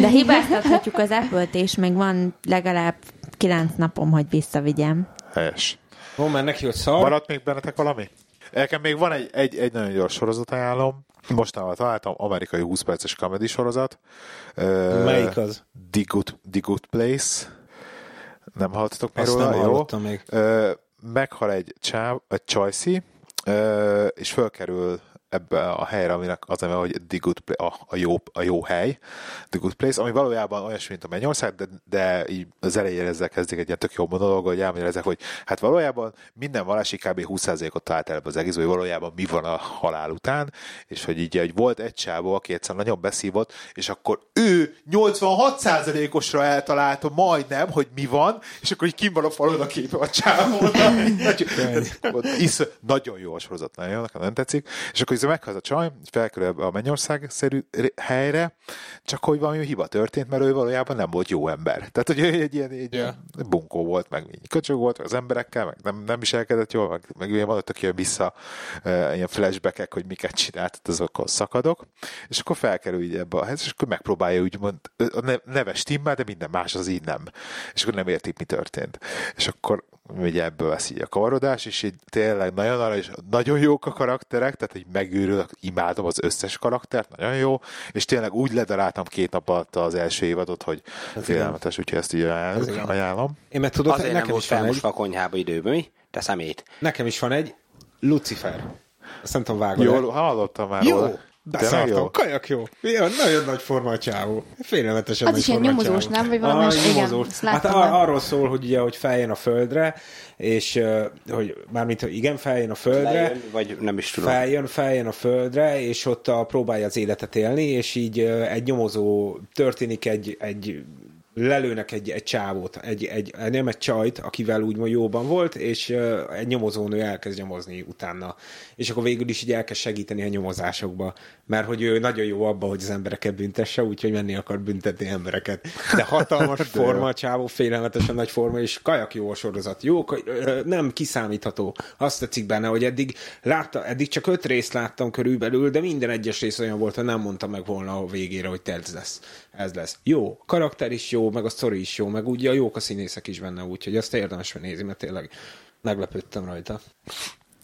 De hibáztathatjuk az Apple-t, és még van legalább kilenc napom, hogy visszavigyem. Helyes. Ó, mert neki ott szar. Maradt még bennetek valami? Nekem még van egy, egy, egy nagyon gyors sorozat ajánlom. Mostanában találtam amerikai 20 perces comedy sorozat. Ö, Melyik az? The Good, The Good Place. Nem hallottatok még Azt róla? nem Jó. hallottam még. Ö, meghal egy csáv, egy csajszi, ö, és fölkerül ebbe a helyre, aminek az neve, hogy The Good Pla- a, a, jó, a jó hely, The Good Place, ami valójában olyasmi, mint a Mennyország, de, de így az elején ezzel kezdik egy ilyen tök jó monológ, hogy elmagyarázzák, hogy hát valójában minden vallási kb. 20%-ot talált el ebbe az egész, hogy valójában mi van a halál után, és hogy így hogy volt egy csávó, aki egyszerűen nagyon beszívott, és akkor ő 86%-osra eltalálta majdnem, hogy mi van, és akkor így kim van a falon a képe a csávónak. Nagy- ott Isz, nagyon jó a sorozat, nagyon jó, nekem nem tetszik. És akkor így meghal az a csaj, így felkerül ebbe a Mennyország-szerű ré- helyre, csak hogy valami hiba történt, mert ő valójában nem volt jó ember. Tehát, hogy ő egy ilyen egy Ja. yeah. bunkó volt, meg így köcsög volt az emberekkel, meg nem, nem viselkedett jól, meg, meg ilyen van, aki jön vissza e, ilyen flashbackek, hogy miket csinált, tehát azokon szakadok, és akkor felkerül így ebbe a helyzetbe, és akkor megpróbálja úgymond ö, a ne- neve stimmel, de minden más az így nem. És akkor nem értik, mi történt. És akkor ugye ebből lesz így a kavarodás, és így tényleg nagyon aranyos, nagyon jók a karakterek, tehát így megőrülök, imádom az összes karaktert, nagyon jó, és tényleg úgy ledaráltam két nap alatt az első évadot, hogy félelmetes, úgyhogy ezt így Ez ajánlom. igen. ajánlom. Én meg tudod, Azért nem nekem volt is van fel egy. most a konyhába időben, mi? Te szemét. Nekem is van egy Lucifer. Azt nem tudom, vágod Jól hallottam már Jó, róla. Tényleg beszartam, kajak jó. Ilyen nagyon nagy forma csávó. Félelmetesen Az Hát nagy is ilyen forma nyomozós, csávó. nem? Vagy valami Ah, más? Igen, nyomozós. azt Hát láttam ar- már. arról szól, hogy ugye, hogy feljön a földre, és ö, hogy mármint, hogy igen, feljön a földre, Lejön, vagy nem is tudom. Feljön, feljön a földre, és ott a, próbálja az életet élni, és így ö, egy nyomozó történik egy, egy lelőnek egy, egy csávót, egy, egy, nem egy csajt, akivel úgymond jóban volt, és ö, egy nyomozónő elkezd nyomozni utána. És akkor végül is így elkezd segíteni a nyomozásokba, mert hogy ő nagyon jó abba, hogy az embereket büntesse, úgyhogy menni akar büntetni embereket. De hatalmas forma, a csávó félelmetesen nagy forma, és kajak jó a sorozat. Jó, ka- ö, nem kiszámítható. Azt tetszik benne, hogy eddig, látta, eddig csak öt részt láttam körülbelül, de minden egyes rész olyan volt, hogy nem mondta meg volna a végére, hogy te ez lesz. Ez lesz. Jó, karakter is jó, meg a sztori is jó, meg ugye a jók a színészek is benne, úgyhogy azt érdemes nézni, mert tényleg meglepődtem rajta.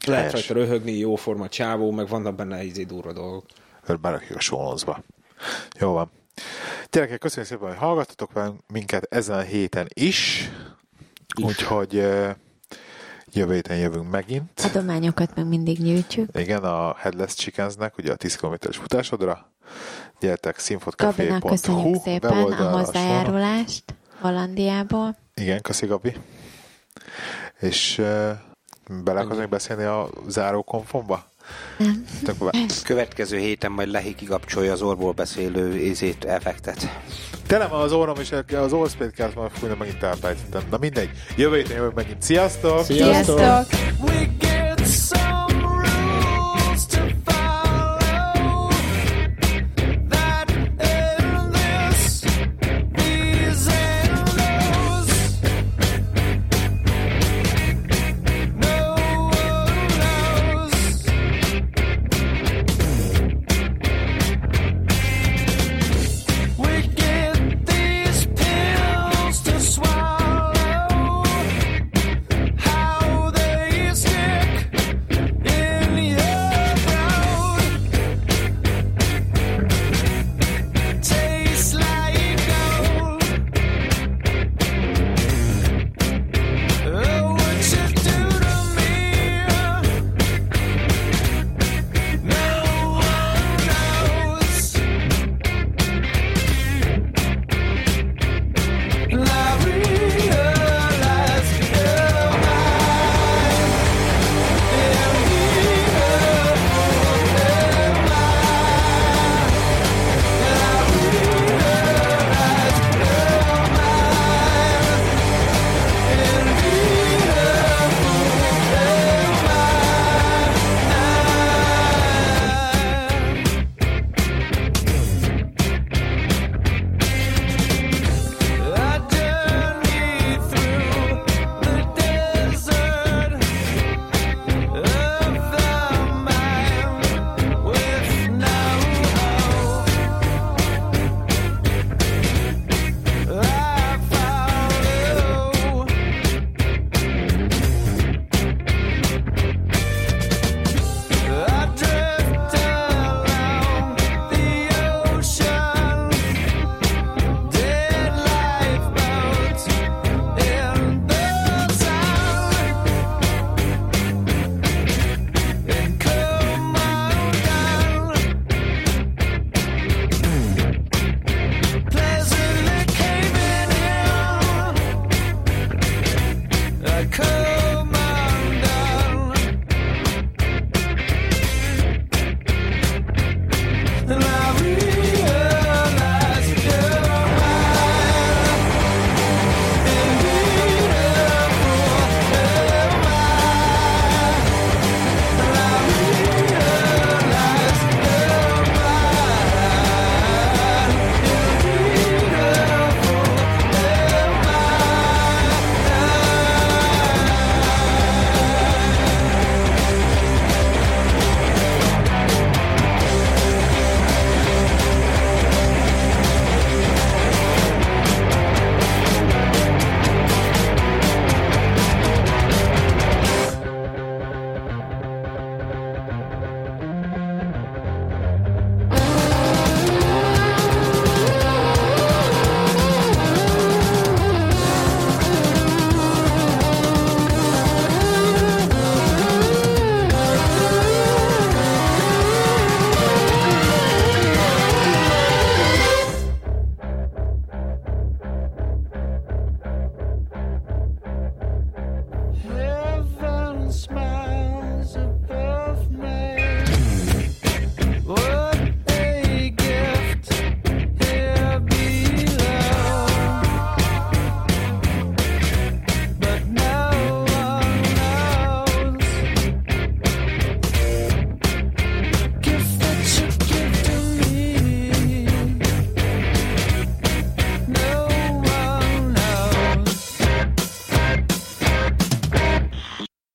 Lehet Helyes. rajta röhögni, jóforma csávó, meg vannak benne izé durva dolgok. Mert berakjuk a sónozba. Jó van. Gyerekek, köszönjük szépen, hogy hallgattatok velünk minket ezen a héten is. Úgyhogy ö, jövő héten jövünk megint. Adományokat meg mindig gyűjtjük. Igen, a Headless Chickensnek, ugye a 10 km-es futásodra. Gyertek, Gabinak színfotkafé.hu köszönjük szépen a hozzájárulást Hollandiából. Igen, köszi Gabi. És uh, bele akarsz még beszélni a záró konfomba? Nem. Tök be- Következő héten majd Lehi kikapcsolja az orból beszélő izét, effektet. Tele van az orrom, és az orszpét kellett volna fújni, megint elfelejtettem. Na mindegy, jövő héten jövök megint. Sziasztok! Sziasztok! We